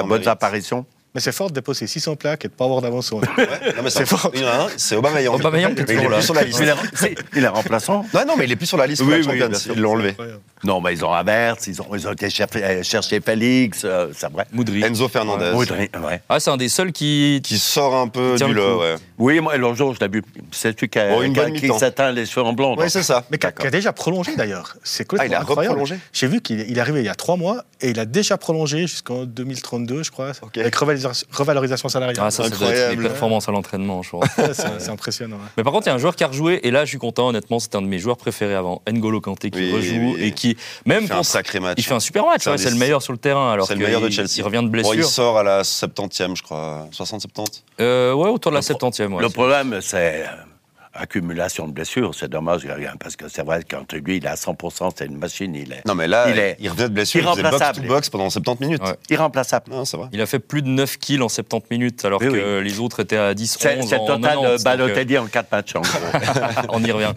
Speaker 5: en
Speaker 4: bonnes
Speaker 5: mérite.
Speaker 4: apparitions.
Speaker 3: Mais c'est fort de déposer 600 plaques et de pas avoir d'avance.
Speaker 5: [LAUGHS]
Speaker 3: sur-
Speaker 5: Ouais, non, mais
Speaker 3: C'est fort.
Speaker 5: Il y en a un, C'est Aubameyang.
Speaker 2: Aubameyang qui est
Speaker 5: Mais il est
Speaker 2: toujours là.
Speaker 5: plus sur la
Speaker 4: Il
Speaker 5: liste.
Speaker 4: est, c'est- il est remplaçant
Speaker 5: Non, non, mais il est plus sur la liste. pour la
Speaker 4: Oui, oui,
Speaker 5: Champions,
Speaker 4: bien sûr.
Speaker 5: ils l'ont enlevé.
Speaker 3: Incroyable.
Speaker 4: Non, mais ils ont Avertz, ils ont, ils ont été chercher, euh, chercher Félix, euh, c'est vrai.
Speaker 2: ouais. Moudry.
Speaker 5: Enzo Fernandez.
Speaker 4: Audrey, ouais.
Speaker 2: Ah, c'est un des seuls qui.
Speaker 5: Qui sort un peu
Speaker 2: Tient
Speaker 5: du
Speaker 2: le
Speaker 5: lot,
Speaker 2: coup.
Speaker 5: ouais.
Speaker 4: Oui, moi, l'autre jour, je l'ai vu. C'est celui qui, a-
Speaker 5: Bon, une
Speaker 4: qui a-
Speaker 5: bonne
Speaker 4: qui
Speaker 5: mi-temps.
Speaker 4: s'atteint les cheveux en blond.
Speaker 5: Oui,
Speaker 4: donc.
Speaker 5: c'est ça.
Speaker 3: Mais qui a, qui a déjà prolongé d'ailleurs. C'est quoi
Speaker 5: Ah, il a reprolongé
Speaker 3: J'ai vu qu'il est il est arrivé il y a trois mois et il a déjà prolongé jusqu'en 2032, je crois,
Speaker 5: Ok.
Speaker 3: avec revalorisa- revalorisation salariale.
Speaker 2: Ah, ça, ça doit être les
Speaker 5: Incroyable.
Speaker 2: performances à l'entraînement, je crois.
Speaker 3: Ouais, c'est c'est impressionnant. hein.
Speaker 5: Ah,
Speaker 3: ouais.
Speaker 2: Mais par contre, il y a un joueur qui a rejoué, et là, je suis content, honnêtement, c'est un de mes joueurs préférés avant. N'Golo Kanté qui
Speaker 5: Oui,
Speaker 2: rejoue
Speaker 5: oui.
Speaker 2: et qui, même
Speaker 5: Il fait un
Speaker 2: contre-
Speaker 5: sacré match.
Speaker 2: Il fait un super match,
Speaker 5: C'est un
Speaker 2: ouais,
Speaker 5: des-
Speaker 2: c'est le meilleur sur le terrain. Alors
Speaker 5: C'est le
Speaker 2: que
Speaker 5: meilleur de
Speaker 2: il-
Speaker 5: Chelsea.
Speaker 2: Il revient de
Speaker 5: Bon, il
Speaker 2: blessure.
Speaker 5: sort à la 70e, je crois. 60-70.
Speaker 2: Euh, ouais, autour de la
Speaker 4: Le pro-
Speaker 2: 70e. ouais.
Speaker 4: Le problème, c'est euh, accumulation de blessures. C'est dommage, rien, parce que c'est vrai que quand lui, il est à 100%, c'est une machine, il est
Speaker 5: Non, mais là,
Speaker 4: Il
Speaker 5: il,
Speaker 4: est
Speaker 5: revenait de blessure. Il faisait box
Speaker 4: irremplaçable.
Speaker 5: to box pendant 70 minutes.
Speaker 2: Ouais.
Speaker 4: irremplaçable.
Speaker 5: Non, ça va.
Speaker 2: Il a fait plus de 9 kills en 70 minutes, alors
Speaker 4: Oui,
Speaker 2: que
Speaker 4: oui.
Speaker 2: euh, les autres étaient à 10,
Speaker 4: C'est
Speaker 2: 11
Speaker 4: c'est
Speaker 2: en
Speaker 4: total
Speaker 2: 90,
Speaker 4: euh,
Speaker 2: donc, euh,
Speaker 4: Balotelli en quatre matchs, en gros.
Speaker 2: [LAUGHS] on y revient.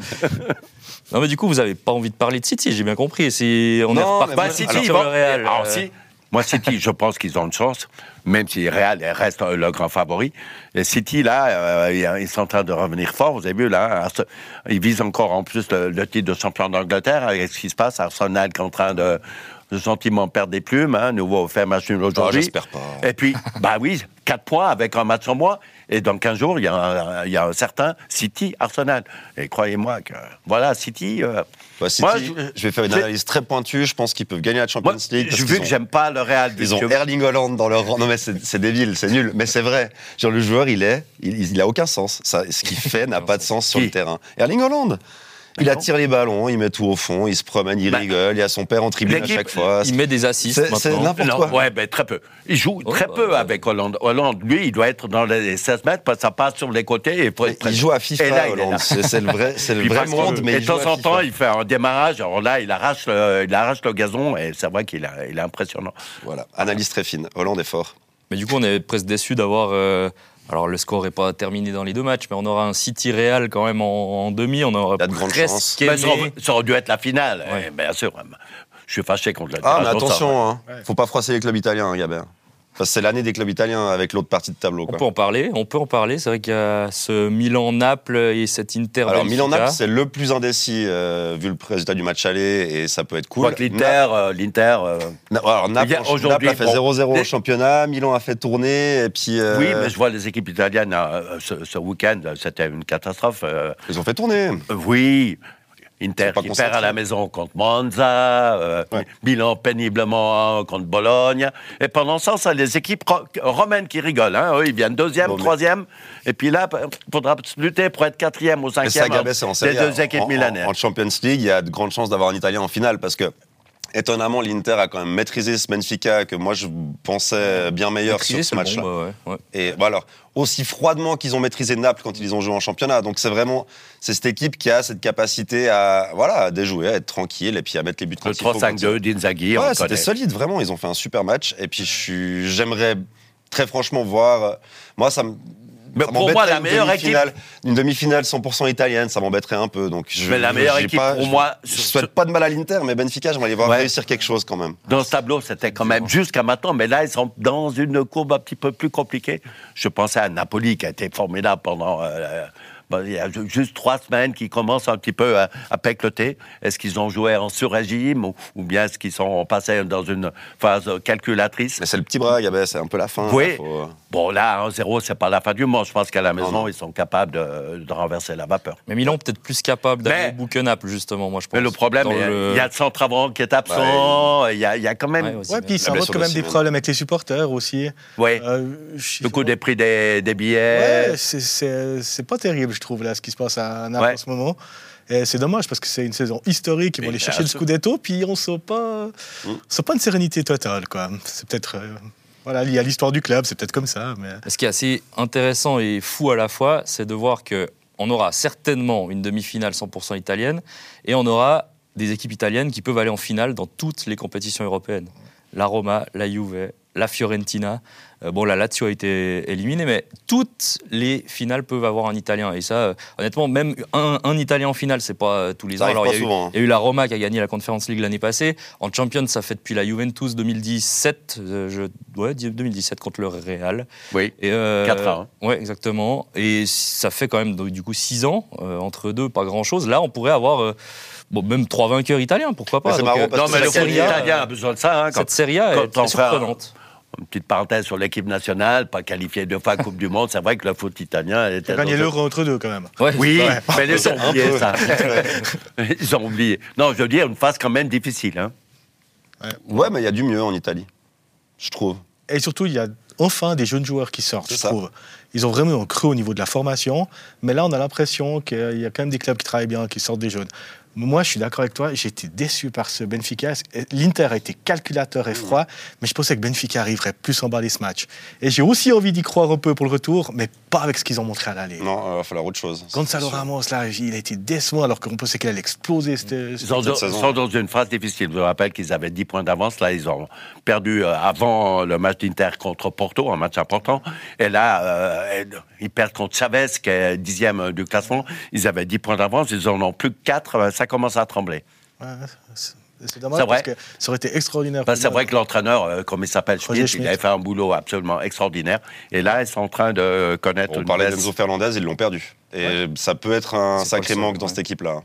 Speaker 2: non, mais du coup, vous n'avez pas envie de parler de City, j'ai bien compris. Si on est
Speaker 5: Non,
Speaker 2: reparti
Speaker 5: mais
Speaker 4: Bah,
Speaker 5: moi,
Speaker 4: City,
Speaker 2: sur
Speaker 4: ils vont-
Speaker 2: le Real.
Speaker 4: alors,
Speaker 2: euh,
Speaker 4: si- [LAUGHS] moi, City, je pense qu'ils ont une chance, même si Real reste euh, le grand favori. Et City, là, euh, ils sont en train de revenir fort, vous avez vu, là. Ars- Ils visent encore, en plus, le, le titre de champion d'Angleterre. Avec ce qui se passe, Arsenal qui est en train de, de gentiment perdre des plumes, hein, nouveau fait match nul aujourd'hui.
Speaker 5: Oh, Ah, j'espère pas.
Speaker 4: Et puis, bah oui, 4 points avec un match en moins. Et dans 15 jours, il y, a un- il y a un certain City-Arsenal. Et croyez-moi que, voilà, City... euh,
Speaker 5: Bah, City,
Speaker 4: moi,
Speaker 5: je... vais faire une
Speaker 4: j'ai-
Speaker 5: analyse très pointue. Je pense qu'ils peuvent gagner la Champions
Speaker 4: moi,
Speaker 5: League. parce
Speaker 4: je-
Speaker 5: qu'ils
Speaker 4: vu que
Speaker 5: ont-
Speaker 4: j'aime pas le Real,
Speaker 5: Ils ont
Speaker 4: je-
Speaker 5: Erling Holland dans leur rang. Non, mais c'est c'est débile, c'est nul. Mais c'est vrai. Genre, le joueur, il est. Il, il a aucun sens. Ça, ce qu'il fait n'a pas de sens sur
Speaker 4: Qui
Speaker 5: le terrain. Erling Holland Il attire les ballons, il met tout au fond, il se promène, il
Speaker 4: Bah,
Speaker 5: rigole, il a son père en tribune à
Speaker 4: l'équipe,
Speaker 5: chaque fois.
Speaker 2: Il met des assists
Speaker 5: C'est- c'est
Speaker 2: maintenant.
Speaker 5: n'importe- Pour toi.
Speaker 4: ouais, ben, très peu. Il joue
Speaker 2: Oh,
Speaker 4: très
Speaker 2: bah,
Speaker 4: peu
Speaker 2: ouais.
Speaker 4: avec Hollande. Hollande, lui, il doit être dans les 16 mètres, parce que ça passe sur les côtés. Et faut-
Speaker 5: Il joue à FIFA,
Speaker 4: Et là, il est là.
Speaker 5: Hollande. C'est c'est le vrai, c'est le
Speaker 4: Puis
Speaker 5: vrai
Speaker 4: parce que-
Speaker 5: monde, mais
Speaker 4: et
Speaker 5: il
Speaker 4: de
Speaker 5: joue à
Speaker 4: temps en
Speaker 5: FIFA.
Speaker 4: temps, il fait un démarrage. Alors là, il arrache le, il arrache le gazon et c'est vrai qu'il a- il est impressionnant.
Speaker 5: Voilà, analyse très fine. Hollande est fort.
Speaker 2: Mais du coup, on est presque déçu d'avoir. euh, alors, le score n'est pas terminé dans les deux matchs, mais on aura un City Real quand même en, en demi. On aura
Speaker 5: Il y a de grandes
Speaker 2: presque
Speaker 5: chances. Bah,
Speaker 2: aimé-
Speaker 4: Mais Ben, ça, aurait- ça aurait dû être la finale,
Speaker 2: Ouais.
Speaker 4: eh, bien sûr. Je suis fâché contre la
Speaker 5: Ah, mais
Speaker 4: contre ça.
Speaker 5: attention, hein.
Speaker 3: Ouais.
Speaker 5: faut pas froisser les clubs italiens, hein, Gabin. Parce que c'est l'année des clubs italiens avec l'autre partie de tableau.
Speaker 2: On
Speaker 5: quoi.
Speaker 2: peut en parler, on peut en parler. C'est vrai qu'il y a ce Milan-Naples et cette Inter.
Speaker 4: Ah,
Speaker 5: Alors,
Speaker 4: hein.
Speaker 5: Milan-Naples,
Speaker 2: Benfica.
Speaker 5: c'est le plus indécis euh, vu le résultat du match aller et ça peut être
Speaker 4: Je
Speaker 5: cool.
Speaker 4: crois que l'Inter, euh, l'Inter, euh,
Speaker 5: Na- alors, Naples,
Speaker 4: Regarde, aujourd'hui,
Speaker 5: Naples a fait
Speaker 4: bon,
Speaker 5: 0-0 au
Speaker 4: les-
Speaker 5: championnat, Milan a fait tourner, et puis. euh,
Speaker 4: oui, mais je vois les équipes italiennes euh, ce, ce week-end, c'était une catastrophe. euh,
Speaker 5: Ils ont fait tourner.
Speaker 4: Oui. Inter
Speaker 5: Ils sont pas
Speaker 4: qui
Speaker 5: concentrés.
Speaker 4: perd à la maison contre Monza, euh,
Speaker 5: Ouais.
Speaker 4: Milan péniblement hein, contre Bologne. Et pendant ce temps, ça, les équipes ro- romaines qui rigolent. hein. Eux, ils viennent deuxième,
Speaker 5: Bon, mais-
Speaker 4: troisième. Et puis là, il faudra se lutter pour être quatrième ou
Speaker 5: Et ça,
Speaker 4: cinquième
Speaker 5: Gabet,
Speaker 4: hein,
Speaker 5: c'est en
Speaker 4: des
Speaker 5: Serie A.
Speaker 4: deux équipes
Speaker 5: En- en-
Speaker 4: milanaises.
Speaker 5: En, Champions League, il y a de grandes chances d'avoir un Italien en finale parce que. Étonnamment, l'Inter a quand même maîtrisé ce Benfica que moi je pensais bien meilleur
Speaker 2: Maîtrisé,
Speaker 5: sur ce
Speaker 2: c'est bon,
Speaker 5: match-là.
Speaker 2: bah ouais, ouais.
Speaker 5: Et voilà, aussi froidement qu'ils ont maîtrisé Naples quand ils ont joué en championnat. Donc c'est vraiment c'est cette équipe qui a cette capacité à voilà à déjouer, à être tranquille et puis à mettre les buts
Speaker 4: Le
Speaker 5: quand il faut.
Speaker 4: 3-5-2 d'Inzaghi, on
Speaker 5: Ouais,
Speaker 4: connaît.
Speaker 5: c'était solide, vraiment. Ils ont fait un super match. Et puis je suis- j'aimerais très franchement voir. euh, Moi, ça me.
Speaker 4: Mais
Speaker 5: ça
Speaker 4: pour
Speaker 5: m'embêterait
Speaker 4: moi, la
Speaker 5: une
Speaker 4: meilleure
Speaker 5: demi-finale- Une demi-finale 100% italienne, ça m'embêterait un peu. Donc je,
Speaker 4: Mais la
Speaker 5: je-
Speaker 4: meilleure
Speaker 5: j'ai
Speaker 4: équipe
Speaker 5: pas-
Speaker 4: pour
Speaker 5: je-
Speaker 4: moi,
Speaker 5: Je
Speaker 4: sur-
Speaker 5: souhaite pas de mal à l'Inter, mais Benfica, j'aimerais les voir
Speaker 4: Ouais.
Speaker 5: réussir quelque chose quand même.
Speaker 4: Dans ce tableau, c'était quand même jusqu'à maintenant, mais là, ils sont dans une courbe un petit peu plus compliquée. Je pensais à Napoli, qui a été formidable pendant, euh, Bon, il y a ju- juste trois semaines qu'ils commencent un petit peu à, à pecloter. Est-ce qu'ils ont joué en surrégime ou, ou bien est-ce qu'ils sont passés dans une phase calculatrice
Speaker 5: Mais c'est le petit bras, Gabet, c'est un peu la fin.
Speaker 4: Oui.
Speaker 5: là, faut-
Speaker 4: Bon, là, 1-0, c'est pas la fin du monde. Je pense qu'à la maison, ils sont capables de, de renverser la vapeur.
Speaker 2: Mais Milan peut-être plus capable d'aller
Speaker 4: Mais-
Speaker 2: au bout que Naples, justement, moi je pense.
Speaker 4: Mais le problème,
Speaker 2: Dans
Speaker 4: il y a-
Speaker 2: le-
Speaker 4: il y a Centravant qui est absent, il y, a, il y a quand
Speaker 2: Ouais,
Speaker 4: même...
Speaker 2: aussi,
Speaker 3: Ouais,
Speaker 2: mais-
Speaker 3: puis ils s'inventent
Speaker 5: blessure
Speaker 3: quand
Speaker 5: de
Speaker 3: même des
Speaker 5: Simon.
Speaker 3: problèmes avec les supporters aussi.
Speaker 4: Ouais.
Speaker 3: Euh, je-
Speaker 4: le coup des prix des, des billets...
Speaker 3: Ouais, c'est- c'est c'est pas terrible, je trouve, là, ce qui se passe à Naples
Speaker 4: Ouais.
Speaker 3: en ce moment. Et c'est dommage parce que c'est une saison historique. Ils vont
Speaker 5: Mais
Speaker 3: aller
Speaker 5: là,
Speaker 3: chercher le
Speaker 5: ce-
Speaker 3: scudetto, puis on sent pas,
Speaker 4: Mm.
Speaker 3: on sent pas une sérénité totale, quoi. C'est peut-être, euh, voilà, lié à l'histoire du club, c'est peut-être comme ça, mais.
Speaker 2: Ce qui est assez intéressant et fou à la fois, c'est de voir que on aura certainement une demi-finale 100% italienne et on aura des équipes italiennes qui peuvent aller en finale dans toutes les compétitions européennes. La Roma, la Juve, la Fiorentina. Euh, bon, la Lazio a été éliminée, mais toutes les finales peuvent avoir un Italien. Et ça, euh, honnêtement, même un, un Italien en finale, c'est pas euh, tous les
Speaker 5: Ça
Speaker 2: ans.
Speaker 5: arrive
Speaker 2: Alors, il
Speaker 5: pas
Speaker 2: y a eu-
Speaker 5: souvent, hein.
Speaker 2: il y a eu la Roma qui a gagné la Conference League l'année passée. En Champions, ça fait depuis la Juventus 2017, euh, je, ouais, 2017 contre le Real.
Speaker 4: Oui.
Speaker 2: Et euh,
Speaker 4: Quatre hein. à
Speaker 2: Ouais, exactement. Et ça fait quand même donc, du coup 6 ans euh, entre deux, pas grand chose. Là, on pourrait avoir euh, bon, même trois vainqueurs italiens, pourquoi pas. euh,
Speaker 5: Mais c'est marrant parce
Speaker 4: Non,
Speaker 5: que
Speaker 4: mais le
Speaker 5: la
Speaker 4: foot
Speaker 5: Serie A,
Speaker 4: italien a besoin de ça. hein, quand-
Speaker 2: cette série A est
Speaker 4: quand on
Speaker 2: très
Speaker 4: fait un-
Speaker 2: surprenante.
Speaker 4: Une petite parenthèse sur l'équipe nationale, pas qualifiée deux fois à Coupe du Monde, c'est vrai que le foot italien
Speaker 3: Ils
Speaker 4: était.
Speaker 3: ont gagné
Speaker 4: dans-
Speaker 3: l'euro entre deux, quand même.
Speaker 2: Ouais.
Speaker 4: Oui,
Speaker 3: Ouais.
Speaker 4: mais ils ont oublié
Speaker 5: peu.
Speaker 4: ça.
Speaker 5: [LAUGHS]
Speaker 4: [LAUGHS] ils ont oublié. Non, je veux dire, une phase quand même difficile. Hein.
Speaker 5: Ouais, mais il y a du mieux en Italie, je trouve.
Speaker 3: Et surtout, il y a enfin des jeunes joueurs qui sortent,
Speaker 5: C'est
Speaker 3: je
Speaker 5: ça.
Speaker 3: trouve. Ils ont vraiment cru au niveau de la formation, mais là, on a l'impression qu'il y a quand même des clubs qui travaillent bien, qui sortent des jeunes. Moi, je suis d'accord avec toi, j'ai été déçu par ce Benfica. L'Inter a été calculateur et froid, mais je pensais que Benfica arriverait plus en bas de ce match. Et j'ai aussi envie d'y croire un peu pour le retour, mais pas avec ce qu'ils ont montré à l'aller.
Speaker 5: Non, il va falloir autre chose.
Speaker 3: Gonzalo Ramos, là, il a été décevant alors qu'on pensait qu'il allait exploser. c'était-
Speaker 4: Ils sont,
Speaker 5: Cette
Speaker 4: ils
Speaker 5: saison.
Speaker 4: sont dans une phase difficile. Je vous rappelle qu'ils avaient 10 points d'avance. Là, ils ont perdu euh, avant le match d'Inter contre Porto, un match important. Et là, euh, ils perdent contre Chavez, qui est dixième du classement. Ils avaient 10 points d'avance. Ils en ont plus que 4. Ça commence à trembler.
Speaker 3: Ouais, c'est- C'est dommage
Speaker 4: C'est vrai.
Speaker 3: parce que ça aurait été extraordinaire.
Speaker 4: Ben, c'est vrai que l'entraîneur, euh, comme il s'appelle
Speaker 3: Roger
Speaker 4: Schmidt,
Speaker 3: Schmidt.
Speaker 4: il avait fait un boulot absolument extraordinaire. Et là, ils sont en train de euh, connaître
Speaker 5: On
Speaker 4: une
Speaker 5: parlait
Speaker 4: baisse.
Speaker 5: d'Enzo Fernandez, ils l'ont perdu. Et ça peut être un
Speaker 3: C'est pas
Speaker 5: sacré
Speaker 3: le seul,
Speaker 5: manque dans
Speaker 3: ouais.
Speaker 5: cette équipe-là.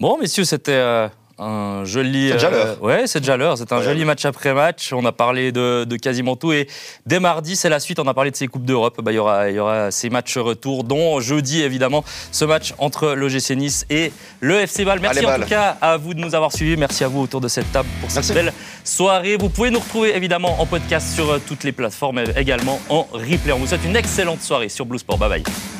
Speaker 2: Bon, messieurs, c'était euh, un joli. euh,
Speaker 5: C'est déjà l'heure.
Speaker 2: ouais, c'est déjà l'heure. C'était un
Speaker 5: Ouais.
Speaker 2: joli match après match. On a parlé de, de quasiment tout. Et dès mardi, c'est la suite. On a parlé de ces Coupes d'Europe. Bah, Il y, aura, il y aura ces matchs retour, dont jeudi, évidemment, ce match entre l'OGC Nice et le FC Bâle. Merci
Speaker 5: Allez,
Speaker 2: en
Speaker 5: Bâle.
Speaker 2: tout cas à vous de nous avoir suivis. Merci à vous autour de cette table pour cette
Speaker 5: Merci.
Speaker 2: belle soirée. Vous pouvez nous retrouver, évidemment, en podcast sur euh, toutes les plateformes, mais également en replay. On vous souhaite une excellente soirée sur Blue Sport. Bye bye.